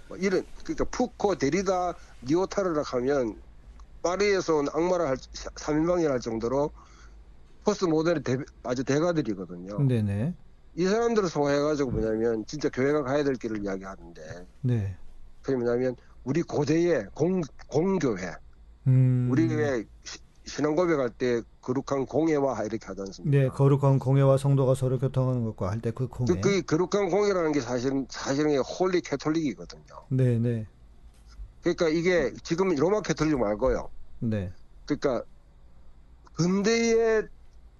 S2: 뭐 이런 그러니까 푸코 데리다 니오타르라 하면 파리에서 온 악마를 할 삼인방이라 할 정도로 포스트 모델의 대, 아주 대가들이거든요.
S1: 네, 네.
S2: 이 사람들을 소화해가지고 뭐냐면 진짜 교회가 가야 될 길을 이야기하는데
S1: 네.
S2: 그게 뭐냐면 우리 고대의 공 공교회
S1: 음.
S2: 우리 왜 시- 신앙고백할 때 거룩한 공예와 이렇게 하지 않습니까?
S1: 네, 거룩한 공예와 성도가 서로 교통하는 것과 할 때 그 공예.
S2: 그, 그 거룩한 공예라는 게 사실은 사실은 홀리 캐톨릭이거든요.
S1: 네, 네.
S2: 그러니까 이게 지금 로마 캐톨릭 말고요.
S1: 네.
S2: 그러니까 근대의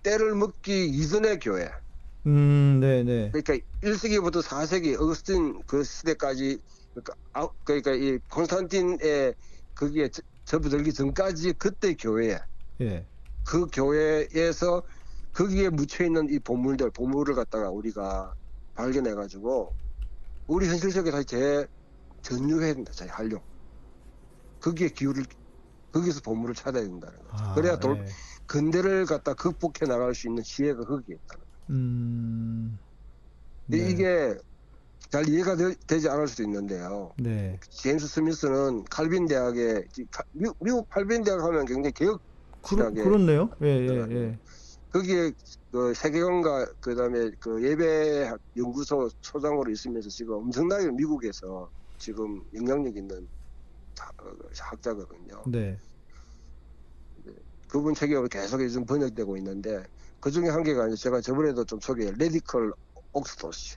S2: 때를 먹기 이전의 교회.
S1: 음, 네, 네.
S2: 그러니까 1세기부터 4세기 어거스틴 그 시대까지 그러니까, 아, 그러니까 이 콘스탄틴의 거기에 저- 접어들기 전까지 그때 교회
S1: 예.
S2: 그 교회에서 거기에 묻혀 있는 이 보물들 보물을 갖다가 우리가 발견해 가지고 우리 현실 속에 다시 재 전유해야 된다. 자기 활용. 거기에 기울을 거기서 보물을 찾아야 된다는 거죠.
S1: 아,
S2: 그래야 돌-
S1: 예.
S2: 근대를 갖다 극복해 나갈 수 있는 지혜가 거기에 있다는 거예요.
S1: 음.
S2: 근데
S1: 네.
S2: 이게 잘 이해가 되, 지 않을 수도 있는데요.
S1: 네.
S2: 제임스 스미스는 칼빈 대학에 지- 카- 미- 미국 칼빈 대학 하면 굉장히 개혁
S1: 그러,
S2: 실하게
S1: 그렇네요. 예, 예, 예.
S2: 거기에 그 세계관과 그다음에 그 예배 연구소 소장으로 있으면서 지금 엄청나게 미국에서 지금 영향력 있는 자- 어, 학자거든요.
S1: 네.
S2: 그분 책이 계속 요즘 번역되고 있는데 그 중에 한 개가 이제 제가 저번에도 좀 소개 레디컬 옥스토시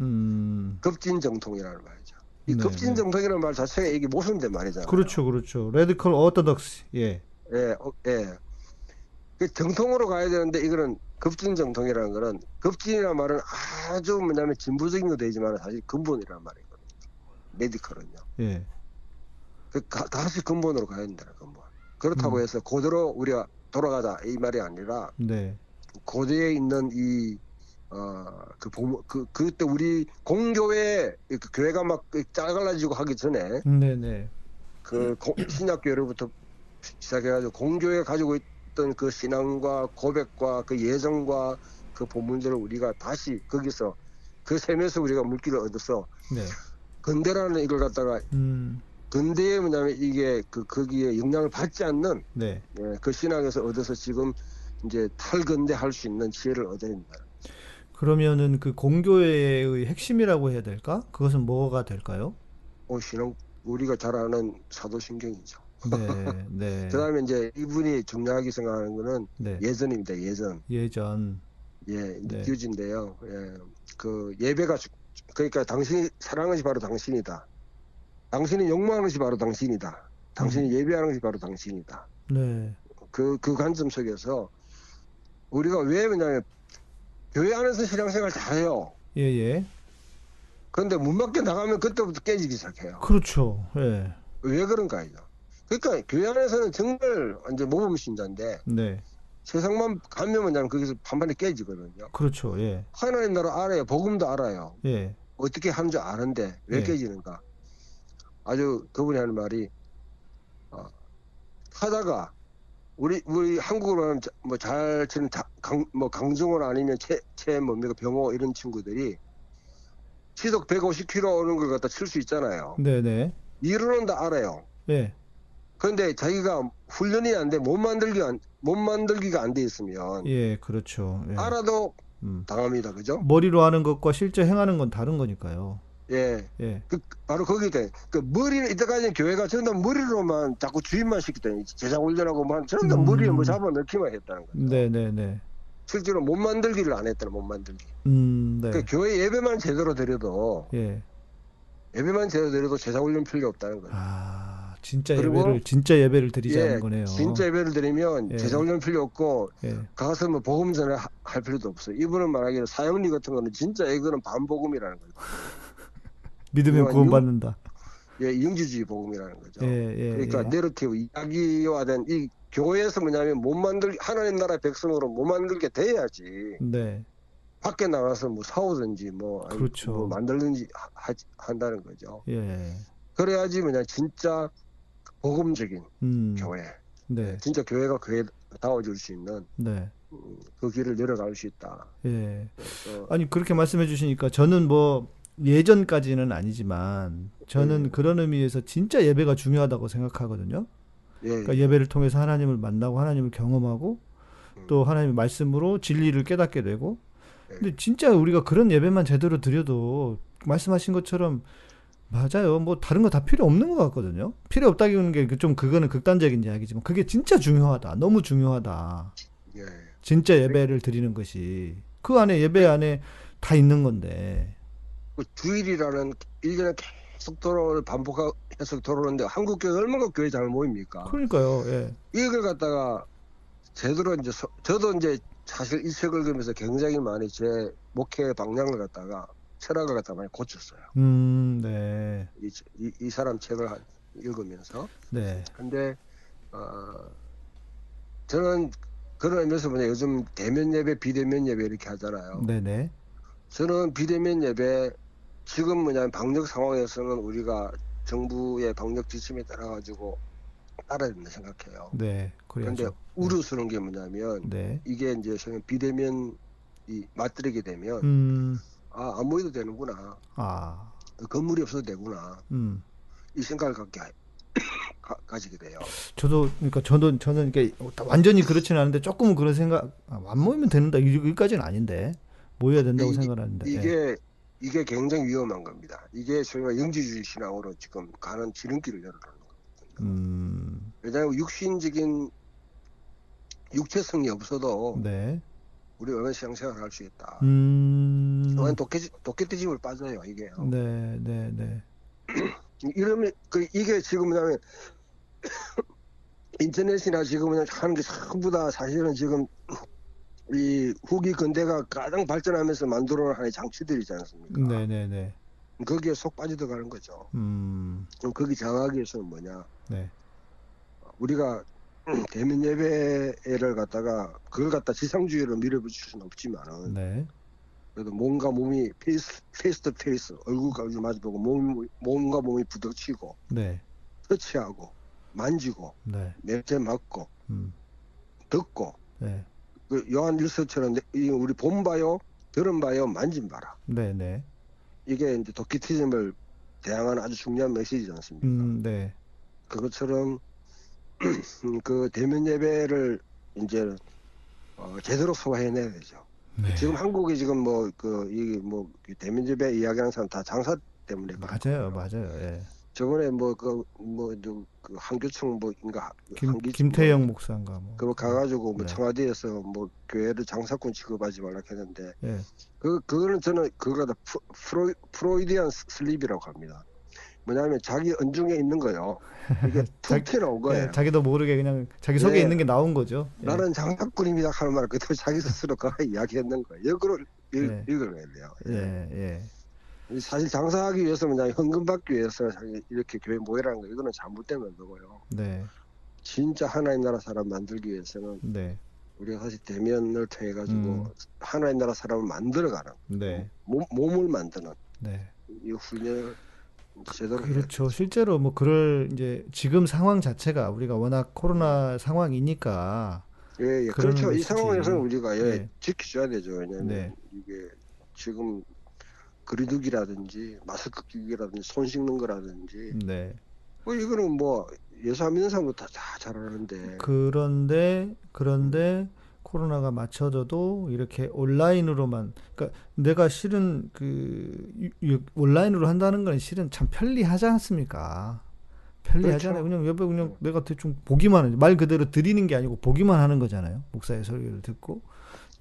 S1: 음.
S2: 급진 정통이라는 말이죠. 이
S1: 네,
S2: 급진
S1: 네.
S2: 정통이라는 말 자체가 이게 모순된 말이잖아요.
S1: 그렇죠, 그렇죠. 레디컬 오토덕스. 예.
S2: 예, 어, 예. 그 정통으로 가야 되는데 이거는 급진 정통이라는 거는 급진이라는 말은 아주 뭐냐면 진보적인 거 되지만 사실 근본이라는 말이거든요. 메디컬은요.
S1: 예.
S2: 그 가- 다시 근본으로 가야 된다는 근본. 그렇다고
S1: 음.
S2: 해서 고대로 우리가 돌아가자 이 말이 아니라
S1: 네.
S2: 고대에 있는 이 어, 그, 보모, 그, 그때 우리 공교회, 그 교회가 막 짜갈라지고 하기 전에,
S1: 네, 네.
S2: 그 고- 신약교회로부터 시작해가지고 공교회 가지고 있던 그 신앙과 고백과 그 예정과 그 본문들을 우리가 다시 거기서 그 셈에서 우리가 물기를 얻어서
S1: 네.
S2: 근대라는 이걸 갖다가
S1: 음.
S2: 근대에 뭐냐면 이게 그 거기에 영향을 받지 않는
S1: 네.
S2: 예, 그 신앙에서 얻어서 지금 이제 탈근대 할 수 있는 지혜를 얻어야 된다.
S1: 그러면은 그 공교회의 핵심이라고 해야 될까? 그것은 뭐가 될까요?
S2: 어, 신앙 우리가 잘 아는 사도신경이죠.
S1: 네. 네.
S2: 그다음에 이제 이분이 중요하게 생각하는 거는
S1: 네.
S2: 예전입니다. 예전.
S1: 예전.
S2: 예,
S1: 네.
S2: 뉴진데요. 예, 그 예배가 주- 그러니까 당신이 사랑하는 것이 바로 당신이다. 당신이 욕망하는 것이 바로 당신이다. 당신이 예배하는 것이 바로 당신이다.
S1: 네.
S2: 그, 그 관점 속에서 우리가 왜 왜냐하면 교회 안에서 신앙생활 잘해요.
S1: 예, 예.
S2: 그런데 문 밖에 나가면 그때부터 깨지기 시작해요.
S1: 그렇죠. 예.
S2: 왜 그런가요? 그러니까 교회 안에서는 정말 완전 모범 신자인데
S1: 네.
S2: 세상만 가면 뭐냐면 거기서 반반에 깨지거든요.
S1: 그렇죠. 예.
S2: 하나님 나라 알아요. 복음도 알아요.
S1: 예.
S2: 어떻게 하는 줄 아는데 왜
S1: 예.
S2: 깨지는가? 아주 그분이 하는 말이 어, 타다가 우리 우리 한국으로 하면 뭐잘 치는 자- 강, 뭐 강정원 아니면 최, 최 뭡니까 병호 이런 친구들이 시속 150km 오는 걸 갖다 칠 수 있잖아요.
S1: 네네.
S2: 이론은 다 알아요.
S1: 예.
S2: 그런데 자기가 훈련이 안 돼, 못 만들기 안, 못 만들기가 안 돼 있으면
S1: 예, 그렇죠. 예.
S2: 알아도
S1: 음.
S2: 당합니다, 그죠?
S1: 머리로 하는 것과 실제 행하는 건 다른 거니까요.
S2: 예,
S1: 예.
S2: 그, 바로 거기 돼. 그 머리는 이때까지 교회가 전부 다 머리로만 자꾸 주입만 시키더니 제자 훈련하고 만 전부 다
S1: 음.
S2: 머리에 뭐 잡아 넣기만 했다는 거예요.
S1: 네네네.
S2: 실제로 못 만들기를 안 했다는 못 만들기.
S1: 음, 네.
S2: 그 교회 예배만 제대로 드려도
S1: 예.
S2: 예배만 제대로 드려도 제사 훈련 필요 없다는 거예요.
S1: 아, 진짜
S2: 그리고-
S1: 예배를 진짜 예배를 드리자는 거네요.
S2: 진짜 예배를 드리면
S1: 예.
S2: 제사 훈련 필요 없고
S1: 예.
S2: 가서 뭐 복음 전에 하- 할 필요도 없어요. 이분은 말하기로 사형리 같은 거는 진짜 이거는 반복음이라는 거예요.
S1: 믿으면
S2: 이거
S1: 구원받는다.
S2: 예, 영지주의 복음이라는 거죠.
S1: 예, 예.
S2: 그러니까
S1: 예.
S2: 내러티브 이야기화된 이 교회에서 뭐냐면 못 만들 하나님 나라 백성으로 못 만들게 돼야지
S1: 네.
S2: 밖에 나가서 뭐 사오든지 뭐, 아니,
S1: 그렇죠.
S2: 뭐 만들든지 하- 하지- 한다는 거죠.
S1: 예.
S2: 그래야지 뭐냐 진짜 복음적인
S1: 음.
S2: 교회
S1: 네.
S2: 진짜 교회가 교회다워질 수 있는
S1: 네.
S2: 음, 그 길을 내려갈 수 있다.
S1: 예.
S2: 그래서
S1: 아니 그렇게 말씀해 주시니까 저는 뭐 예전까지는 아니지만 저는
S2: 예.
S1: 그런 의미에서 진짜 예배가 중요하다고 생각하거든요.
S2: 예,
S1: 그러니까 예배를 통해서 하나님을 만나고 하나님을 경험하고
S2: 음.
S1: 또 하나님의 말씀으로 진리를 깨닫게 되고
S2: 예.
S1: 근데 진짜 우리가 그런 예배만 제대로 드려도 말씀하신 것처럼 맞아요. 뭐 다른 거 다 필요 없는 것 같거든요. 필요 없다기는 게 좀 그거는 극단적인 이야기지만 그게 진짜 중요하다. 너무 중요하다.
S2: 예.
S1: 진짜 예배를 드리는 것이 그 안에 예배 안에 다 있는 건데.
S2: 그 주일이라는 일년에 계속 돌아올 반복해서 돌아오는데 한국 교회 얼마나 교회 잘 모입니까?
S1: 그러니까요. 예.
S2: 이걸 갖다가 제대로 이제 서- 저도 이제 사실 이 책을 읽으면서 굉장히 많이 제 목회 방향을 갖다가 철학을 갖다 많이 고쳤어요.
S1: 음, 네.
S2: 이, 책- 이, 이 사람 책을 한- 읽으면서
S1: 네.
S2: 근데 어, 저는 그런 의미에서 보면 요즘 대면 예배 비대면 예배 이렇게 하잖아요.
S1: 네, 네.
S2: 저는 비대면 예배 지금 뭐냐면 방역 상황에서는 우리가 정부의 방역 지침에 따라 가지고 따라야 된다 생각해요.
S1: 네.
S2: 근데
S1: 그래야죠.
S2: 우려스러운 게 뭐냐면
S1: 네.
S2: 이게 이제 저는 비대면 이 맞들이게 되면
S1: 음.
S2: 아, 안 모여도 되는구나.
S1: 아.
S2: 건물이 없어도 되구나.
S1: 음.
S2: 이 생각을 갖게 하- 가, 가지게 돼요.
S1: 저도 그러니까 저도 저는 이게 완전히 그렇지는 않은데 조금은 그런 생각 아, 안 모이면 된다 이- 여기까지는 아닌데 모여야 된다고
S2: 네, 이-
S1: 생각하는데 예.
S2: 이게 이게 굉장히 위험한 겁니다. 이게 저희가 영지주의 신앙으로 지금 가는 지름길을 열어놓는 거거든요.
S1: 음,
S2: 왜냐하면 육신적인 육체성이 없어도
S1: 네,
S2: 우리 얼마나 신앙생활을 할 수 있다.
S1: 음,
S2: 그건 도깨 도깨비집을 빠져요 이게요.
S1: 네, 네, 네,
S2: 이러면 그 이게 지금 뭐냐면 인터넷이나 지금 그냥 하는 게 전부 다 사실은 지금 이 후기 근대가 가장 발전하면서 만들어 하나의 장치들이지 않습니까?
S1: 네, 네, 네,
S2: 거기에 속 빠져들어가는 거죠.
S1: 음,
S2: 그럼 거기 장악하기 위해서는 뭐냐?
S1: 네,
S2: 우리가 대면 예배를 갖다가 그걸 갖다 지상주의로 밀어붙일 수는 없지만은
S1: 네,
S2: 그래도 몸과 몸이 페이스 페이스 투 페이스 얼굴과 얼굴 마주보고 몸 몸과 몸이 부딪히고
S1: 네,
S2: 터치하고 만지고
S1: 네,
S2: 냄새 맡고
S1: 음,
S2: 듣고
S1: 네,
S2: 그 요한 일서처럼 내- 이 우리 본 봐요 들은 봐요 만진 봐라
S1: 네, 네,
S2: 이게 이제 도키티즘을 대항하는 아주 중요한 메시지지 않습니까?
S1: 음, 네,
S2: 그것처럼 그 대면 예배를 이제 어, 제대로 소화해내야 되죠.
S1: 네,
S2: 지금 한국이 지금 뭐 그 이 뭐 대면 예배 이야기하는 사람 다 장사 때문에
S1: 맞아요, 맞아요,
S2: 네.
S1: 예,
S2: 저번에 뭐 그 뭐그 한교총 뭐인가
S1: 김
S2: 한기-
S1: 김태영 목사인가 뭐,
S2: 그거 가가지고 뭐
S1: 네.
S2: 청와대에서 뭐 교회를 장사꾼 취급하지 말라 했는데
S1: 예,
S2: 그 그거는 저는 그거가 다 프- 프로 프로이디안 스- 슬립이라고 합니다. 뭐냐면 자기 은중에 있는 거요. 이게
S1: 자-
S2: 툭 튀어나온 거예요.
S1: 예, 자기도 모르게 그냥 자기 속에
S2: 예.
S1: 있는 게 나온 거죠, 예.
S2: 나는 장사꾼입니다 하는 말을 그대로 자기 스스로가 이야기했는 거예요. 이걸
S1: 네.
S2: 읽어야 돼요.
S1: 예, 예,
S2: 사실 장사하기 위해서 그냥 현금 받기 위해서 자기 이렇게 교회 모이라는 거 이거는 잘못된 거고요.
S1: 네,
S2: 진짜 하나의 나라 사람 만들기 위해서는
S1: 네,
S2: 우리가 사실 대면을 통해 가지고
S1: 음.
S2: 하나의 나라 사람을 만들어가는
S1: 네,
S2: 몸, 몸을 만드는
S1: 네.
S2: 이 훈련을 제대로 해야
S1: 그렇죠. 실제로 뭐 그럴 이제 지금 상황 자체가 우리가 워낙 코로나 상황이니까
S2: 예, 예.
S1: 그런
S2: 그렇죠. 이
S1: 것이지.
S2: 상황에서 우리가 예,
S1: 네.
S2: 지켜줘야 되죠. 왜냐하면
S1: 네.
S2: 이게 지금 거리두기라든지 마스크 끼기라든지 손 씻는 거라든지
S1: 네.
S2: 뭐 이거는 뭐 예사 믿는 사람도 다, 다 잘하는데
S1: 그런데 그런데 코로나가 맞춰져도 이렇게 온라인으로만 그러니까 내가 실은 그 유- 유- 온라인으로 한다는 건 실은 참 편리하지 않습니까? 편리하잖아요. 그냥 옆에 그냥 내가 대충 보기만 하죠. 말 그대로 드리는 게 아니고 보기만 하는 거잖아요. 목사의 설교를 듣고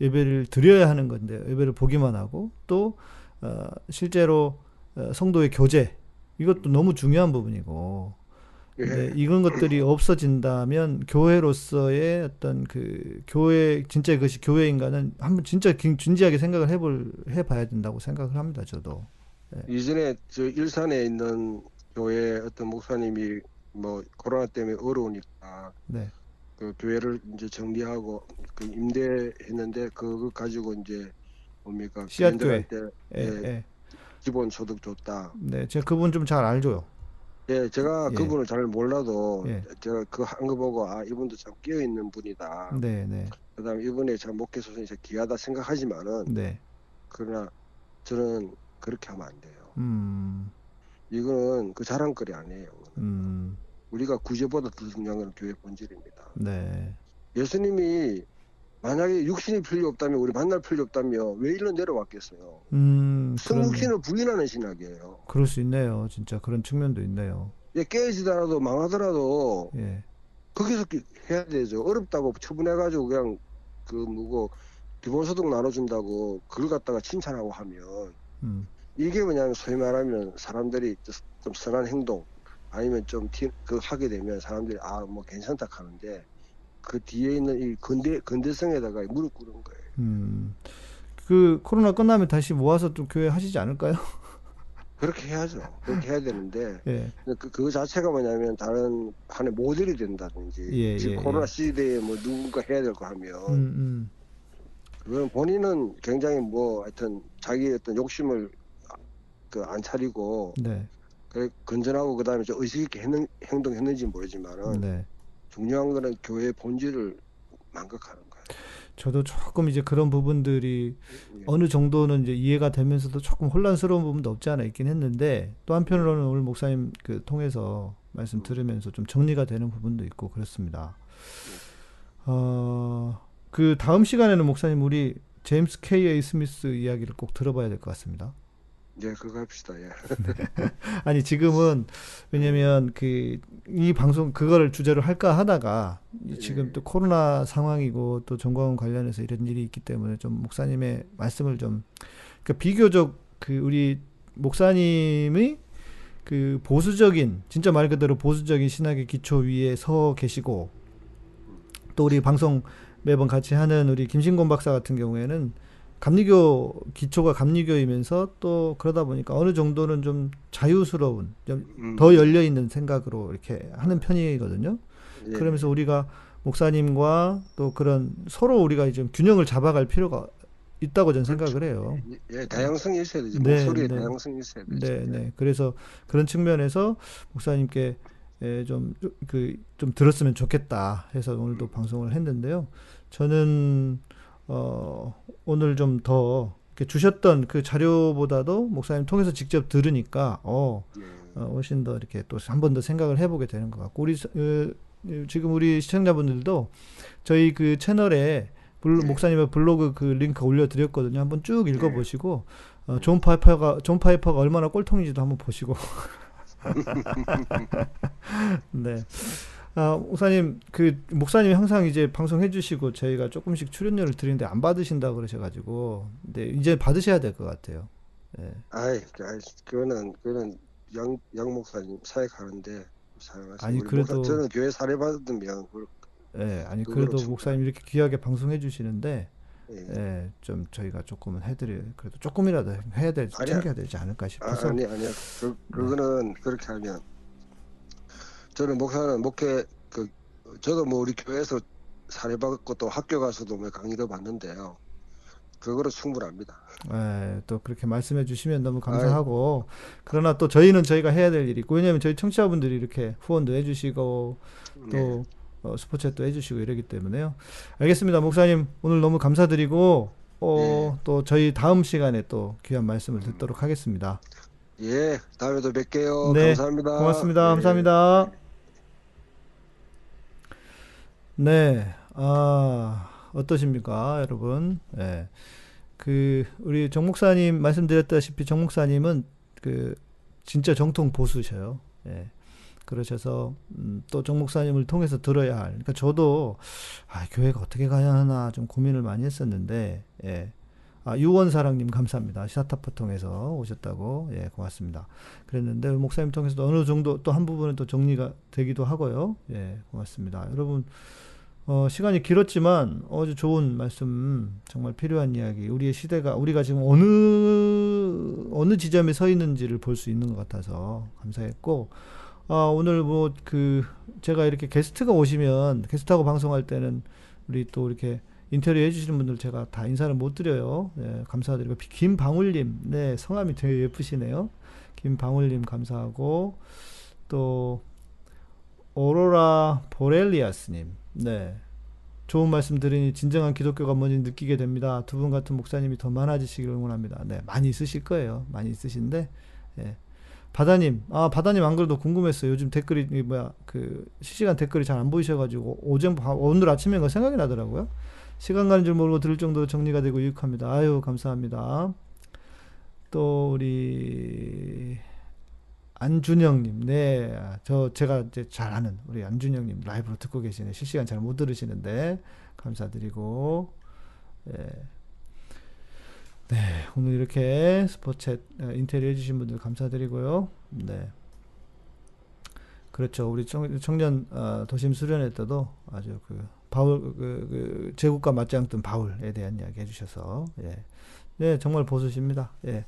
S1: 예배를 드려야 하는 건데 예배를 보기만 하고 또 어, 실제로 어, 성도의 교제 이것도 너무 중요한 부분이고
S2: 예.
S1: 네, 이런 것들이 없어진다면 교회로서의 어떤 그 교회 진짜 그것이 교회인가는 한번 진짜 긴- 진지하게 생각을 해볼 해봐야 된다고 생각을 합니다. 저도
S2: 이전에 저 일산에 있는 교회 어떤 목사님이 뭐 코로나 때문에 어려우니까
S1: 네,
S2: 그 교회를 이제 정리하고 그 임대했는데 그거 가지고 이제 뭡니까
S1: 씨앗교회.
S2: 교인들한테
S1: 예,
S2: 예.
S1: 예.
S2: 기본 소득 줬다.
S1: 네, 제가 그분 좀 잘 알죠.
S2: 예, 제가
S1: 예.
S2: 그분을 잘 몰라도
S1: 예.
S2: 제가 그 한 거 보고 아 이분도 참 끼어 있는 분이다.
S1: 네, 네,
S2: 그다음 에 이분의 참 목회 소신이 참 귀하다 생각하지만은
S1: 네,
S2: 그러나 저는 그렇게 하면 안 돼요.
S1: 음,
S2: 이거는 그 자랑거리 아니에요.
S1: 음,
S2: 우리가 구제보다 더 중요한 건 교회 본질입니다.
S1: 네,
S2: 예수님이 만약에 육신이 필요 없다면 우리 만날 필요 없다며 왜 일로 내려왔겠어요?
S1: 음, 그런
S2: 성육신을 부인하는 신학이에요.
S1: 그럴 수 있네요. 진짜 그런 측면도 있네요.
S2: 예, 깨지더라도 망하더라도
S1: 예,
S2: 거기서 끼- 해야 되죠. 어렵다고 처분해가지고 그냥 그 뭐고 기본소득 나눠준다고 그걸 갖다가 칭찬하고 하면
S1: 음,
S2: 이게 뭐냐면 소위 말하면 사람들이 좀 선한 행동 아니면 좀그 하게 되면 사람들이 아 뭐 괜찮다 하는데 그 뒤에 있는 이 근대 근대성에다가 무릎 꿇은 거예요.
S1: 음. 그 코로나 끝나면 다시 모아서 또 교회 하시지 않을까요?
S2: 그렇게 해야죠. 그렇게 해야 되는데
S1: 예,
S2: 근데 그, 그 자체가 뭐냐면 다른 하나의 모델이 된다든지
S1: 예,
S2: 지금
S1: 예,
S2: 코로나
S1: 예.
S2: 시대에 뭐 누군가 해야 될 거 하면
S1: 음, 음,
S2: 그건 본인은 굉장히 뭐 하여튼 자기 어떤 욕심을 그 안 차리고
S1: 네,
S2: 그래 건전하고 그다음에 좀 의식 있게 했는, 행동했는지 모르지만은
S1: 네.
S2: 중요한 거는 교회의 본질을 망각하는 거예요.
S1: 저도 조금 이제 그런 부분들이
S2: 예.
S1: 어느 정도는 이제 이해가 되면서도 조금 혼란스러운 부분도 없지 않아 있긴 했는데 또 한편으로는 오늘 목사님 그 통해서 말씀 들으면서 좀 정리가 되는 부분도 있고 그렇습니다. 어, 그 다음 시간에는 목사님 우리 제임스 K. A. 스미스 이야기를 꼭 들어봐야 될 것 같습니다.
S2: 예, 그거 합시다. 예.
S1: 아니 지금은 왜냐면 그 이 방송 그거를 주제로 할까 하다가 이 지금
S2: 예.
S1: 또 코로나 상황이고 또 정광훈 관련해서 이런 일이 있기 때문에 좀 목사님의 말씀을 좀 그러니까 비교적 그 우리 목사님이 그 보수적인 진짜 말 그대로 보수적인 신학의 기초 위에 서 계시고 또 우리 방송 매번 같이 하는 우리 김신곤 박사 같은 경우에는 감리교 기초가 감리교이면서 또 그러다 보니까 어느 정도는 좀 자유스러운 좀
S2: 음,
S1: 더 열려 있는 생각으로 이렇게 하는 편이거든요.
S2: 예.
S1: 그러면서 우리가 목사님과 또 그런 서로 우리가 좀 균형을 잡아갈 필요가 있다고 저는 생각을 해요.
S2: 예, 다양성이 있어야 되죠.
S1: 네,
S2: 목소리에
S1: 네.
S2: 다양성이 있어야 되죠.
S1: 네, 네. 그래서 그런 측면에서 목사님께 좀 그 좀 들었으면 좋겠다 해서 오늘도 방송을 했는데요. 저는 어, 오늘 좀 더 주셨던 그 자료보다도 목사님 통해서 직접 들으니까 어,
S2: 예.
S1: 어, 훨씬 더 이렇게 또 한 번 더 생각을 해보게 되는 것 같고 우리 서- 어, 어, 지금 우리 시청자분들도 저희 그 채널에 블로-
S2: 네.
S1: 목사님의 블로그 그 링크 올려드렸거든요. 한번 쭉 읽어보시고 어, 존 파이퍼가 존 파이퍼가 얼마나 꼴통인지도 한번 보시고 네. 아, 목사님 그 목사님이 항상 이제 방송해 주시고 저희가 조금씩 출연료를 드리는데 안 받으신다 고 그러셔 가지고 근데 이제 받으셔야 될 것 같아요.
S2: 아이, 아이, 그거는 그거는 양, 양 목사님 사역하는데 사용하시고
S1: 아니,
S2: 우리
S1: 그래도-
S2: 목사, 저는 교회 사례받으면 그걸
S1: 예. 아니
S2: 그거로
S1: 그래도
S2: 충분히.
S1: 목사님 이렇게 귀하게 방송해 주시는데
S2: 예.
S1: 예, 좀 저희가 조금은 해드려 그래도 조금이라도 해야 될
S2: 아니야.
S1: 챙겨야 되지 않을까
S2: 아,
S1: 싶어서
S2: 아니 아니요
S1: 네.
S2: 그, 그거는 그렇게 하면 저는 목사는 목회 그 저도 뭐 우리 교회에서 사례받고 또 학교 가서도 뭐 강의도 받는데요 그거로 충분합니다.
S1: 예, 또 그렇게 말씀해 주시면 너무 감사하고 그러나 또 저희는 저희가 해야 될 일이 있고 왜냐하면 저희 청취자분들이 이렇게 후원도 해주시고
S2: 네.
S1: 또 어, 스포챗도 해주시고 이러기 때문에요. 알겠습니다, 목사님 오늘 너무 감사드리고 어,
S2: 네.
S1: 또 저희 다음 시간에 또 귀한 말씀을 듣도록 하겠습니다.
S2: 예, 다음에도 뵐게요.
S1: 네,
S2: 감사합니다.
S1: 고맙습니다.
S2: 예.
S1: 감사합니다. 네, 아 어떠십니까, 여러분? 예, 그 우리 정 목사님 말씀드렸다시피 정 목사님은 그 진짜 정통 보수셔요. 예. 그러셔서 음, 또정 목사님을 통해서 들어야 할. 그러니까 저도 아, 교회가 어떻게 가야 하나 좀 고민을 많이 했었는데, 예. 아, 유원사랑님 감사합니다. 시사타파 통해서 오셨다고, 예, 고맙습니다. 그랬는데 목사님 통해서도 어느 정도 또 한 부분은 또 정리가 되기도 하고요. 예, 고맙습니다. 여러분 어, 시간이 길었지만 어제 좋은 말씀 정말 필요한 이야기 우리의 시대가 우리가 지금 어느 어느 지점에 서 있는지를 볼 수 있는 것 같아서 감사했고 아, 오늘 뭐 그 제가 이렇게 게스트가 오시면 게스트하고 방송할 때는 우리 또 이렇게 인터뷰 해주시는 분들 제가 다 인사를 못 드려요. 예, 감사드리고 김방울님, 네 성함이 되게 예쁘시네요. 김방울님 감사하고 또 오로라 보렐리아스님, 네 좋은 말씀 들으니 진정한 기독교가 뭔지 느끼게 됩니다. 두 분 같은 목사님이 더 많아지시길 응원합니다. 네 많이 있으실 거예요. 많이 있으신데 예. 바다님, 아 바다님 안 그래도 궁금했어요. 요즘 댓글이 이 뭐야 그 실시간 댓글이 잘 안 보이셔가지고 오전 바- 오늘 아침에가 생각이 나더라고요. 시간 가는 줄 모르고 들을 정도로 정리가 되고 유익합니다. 아유 감사합니다. 또 우리 안준영님, 네, 아, 저 제가 이제 잘 아는 우리 안준영님 라이브로 듣고 계시네. 실시간 잘 못 들으시는데 감사드리고, 예. 네, 오늘 이렇게 스포츠 인테리어 해주신 분들 감사드리고요. 네. 그렇죠. 우리 청, 청년 아, 도심 수련회 때도 아주 그 바울 그, 그 제국과 맞지 않던 바울에 대한 이야기 해주셔서 예. 네, 정말 보수십니다. 예.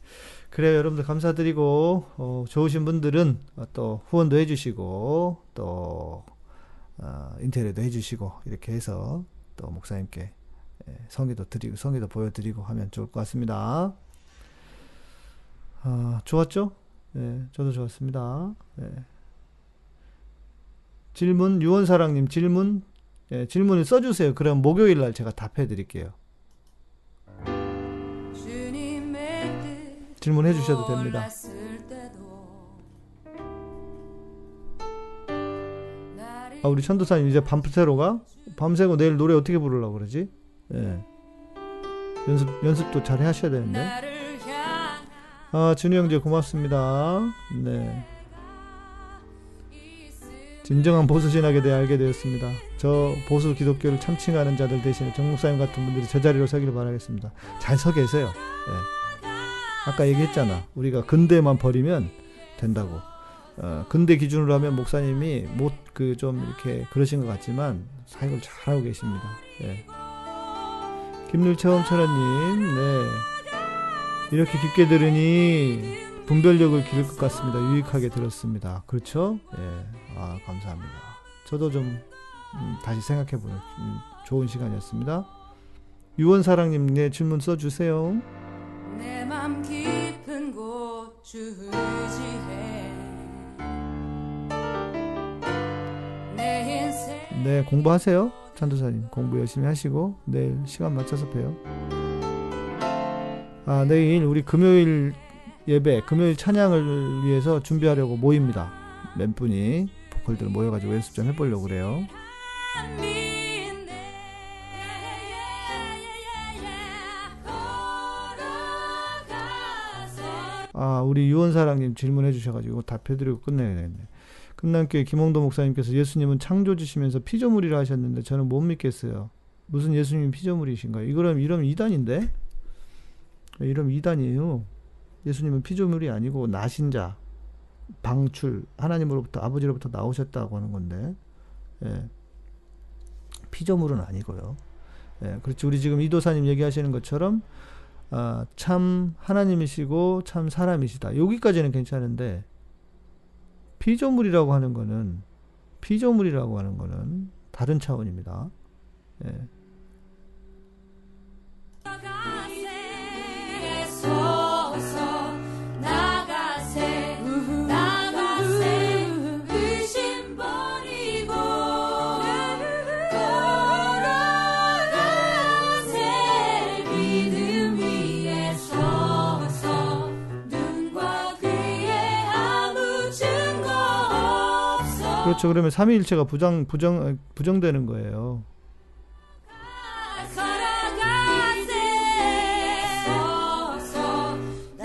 S1: 그래요. 여러분들 감사드리고, 어, 좋으신 분들은 어, 또 후원도 해주시고, 또, 어, 인테리어도 해주시고, 이렇게 해서 또 목사님께 예, 성의도 드리고, 성의도 보여드리고 하면 좋을 것 같습니다. 아, 좋았죠? 예, 저도 좋았습니다. 예. 질문, 유원사랑님 질문, 예, 질문을 써주세요. 그럼 목요일 날 제가 답해드릴게요.
S3: 주님의 뜻
S1: 질문해 주셔도
S3: 어,
S1: 됩니다.
S3: 몰랐을 때도 나를
S1: 아 우리 천도사님 이제 밤새로가 밤새고 내일 노래 어떻게 부르려고 그러지? 예. 연습 연습도 잘 하셔야
S3: 네.
S1: 되는데.
S3: 나를 향한
S1: 아 준우 형제 고맙습니다. 네.
S3: 있음
S1: 진정한 보수 신학에 대해 알게 되었습니다. 저 보수 기독교를 참칭하는 자들 대신에 정 목사님 같은 분들이 제자리로 서기를 바라겠습니다. 잘 서 계세요. 예. 아까 얘기했잖아. 우리가 근대만 버리면 된다고. 어, 근대 기준으로 하면 목사님이 못 그 좀 이렇게 그러신 것 같지만 사역을 잘하고 계십니다. 예. 김률체험 철원님, 네. 이렇게 깊게 들으니 분별력을 기를 것 같습니다. 유익하게 들었습니다. 그렇죠? 예. 아, 감사합니다. 저도 좀 음, 다시 생각해보는 음, 좋은 시간이었습니다. 유원사랑님, 네, 질문 써주세요.
S3: 내맘 깊은 곳 주지해 내 인생
S1: 네, 공부하세요. 찬도사님, 공부 열심히 하시고, 내일 시간 맞춰서 봬요. 아, 내일 우리 금요일 예배, 금요일 찬양을 위해서 준비하려고 모입니다. 몇 분이 보컬들 모여가지고 연습 좀 해보려고 그래요.
S3: 믿네 예예예예 걸어가서
S1: 아, 우리 유원사랑님 질문해 주셔가지고 답해드리고 끝내야겠네. 끝난교회 김홍도 목사님께서 예수님은 창조주시면서 피조물이라 하셨는데 저는 못 믿겠어요. 무슨 예수님이 피조물이신가요? 이거럼 이러면 이단인데? 이러면 이단이에요. 예수님은 피조물이 아니고 나신자, 방출, 하나님으로부터 아버지로부터 나오셨다고 하는 건데, 예. 피조물은 아니고요. 예, 그렇지. 우리 지금 이도사님 얘기하시는 것처럼 아, 참 하나님이시고 참 사람이시다. 여기까지는 괜찮은데 피조물이라고 하는 거는 피조물이라고 하는 거는 다른 차원입니다. 예.
S3: 가세
S1: 그렇죠. 그러면 삼위일체가 부정 부정 부정되는 거예요.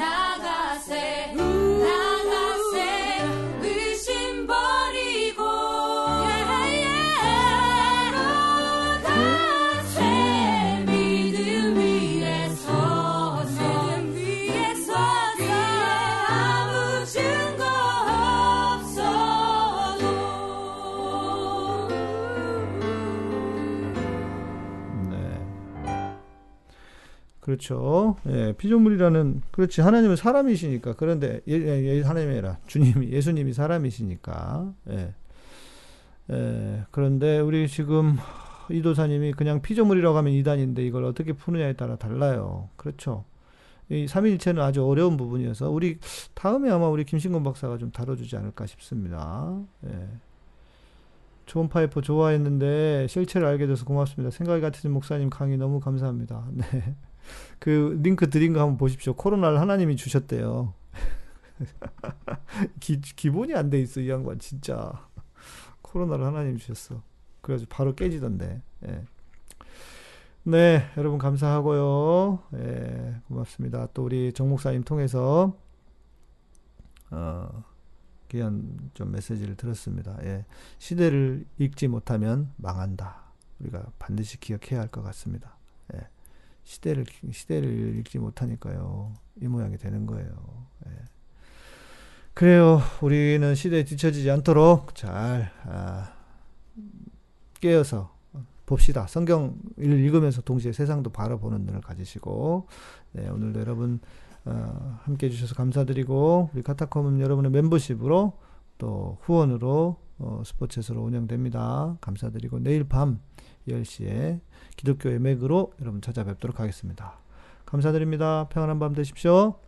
S3: 나가세 나가세 의심 버리고 나가세 믿음 위에 서서 위에 서서 아무 증거 없어도
S1: 네. 그렇죠. 예, 피조물이라는 그렇지 하나님은 사람이시니까 그런데 예, 예, 예, 하나님이라 주님이 예수님이 사람이시니까 예. 예, 그런데 우리 지금 이도사님이 그냥 피조물이라고 하면 이단인데 이걸 어떻게 푸느냐에 따라 달라요. 그렇죠. 이 삼위일체는 아주 어려운 부분이어서 우리 다음에 아마 우리 김신건 박사가 좀 다뤄주지 않을까 싶습니다. 예. 좋은 파이프 좋아했는데 실체를 알게 돼서 고맙습니다. 생각이 같으신 목사님 강의 너무 감사합니다. 네. 그 링크 드린 거 한번 보십시오. 코로나를 하나님이 주셨대요. 기, 기본이 안 돼 있어 이 양반 진짜 코로나를 하나님이 주셨어. 그래서 바로 깨지던데. 예. 네, 여러분 감사하고요. 예, 고맙습니다. 또 우리 정 목사님 통해서 어, 귀한 좀 메시지를 들었습니다. 예. 시대를 읽지 못하면 망한다. 우리가 반드시 기억해야 할 것 같습니다. 예. 시대를 시대를 읽지 못하니까요. 이 모양이 되는 거예요. 예. 그래요. 우리는 시대에 뒤처지지 않도록 잘 아, 깨어서 봅시다. 성경을 읽으면서 동시에 세상도 바라보는 눈을 가지시고 네, 오늘도 여러분 어, 함께 해주셔서 감사드리고 우리 카타콤은 여러분의 멤버십으로 또 후원으로 어, 스포츠에서로 운영됩니다. 감사드리고 내일 밤 10시에 기독교의 맥으로 여러분 찾아뵙도록 하겠습니다. 감사드립니다. 평안한 밤 되십시오.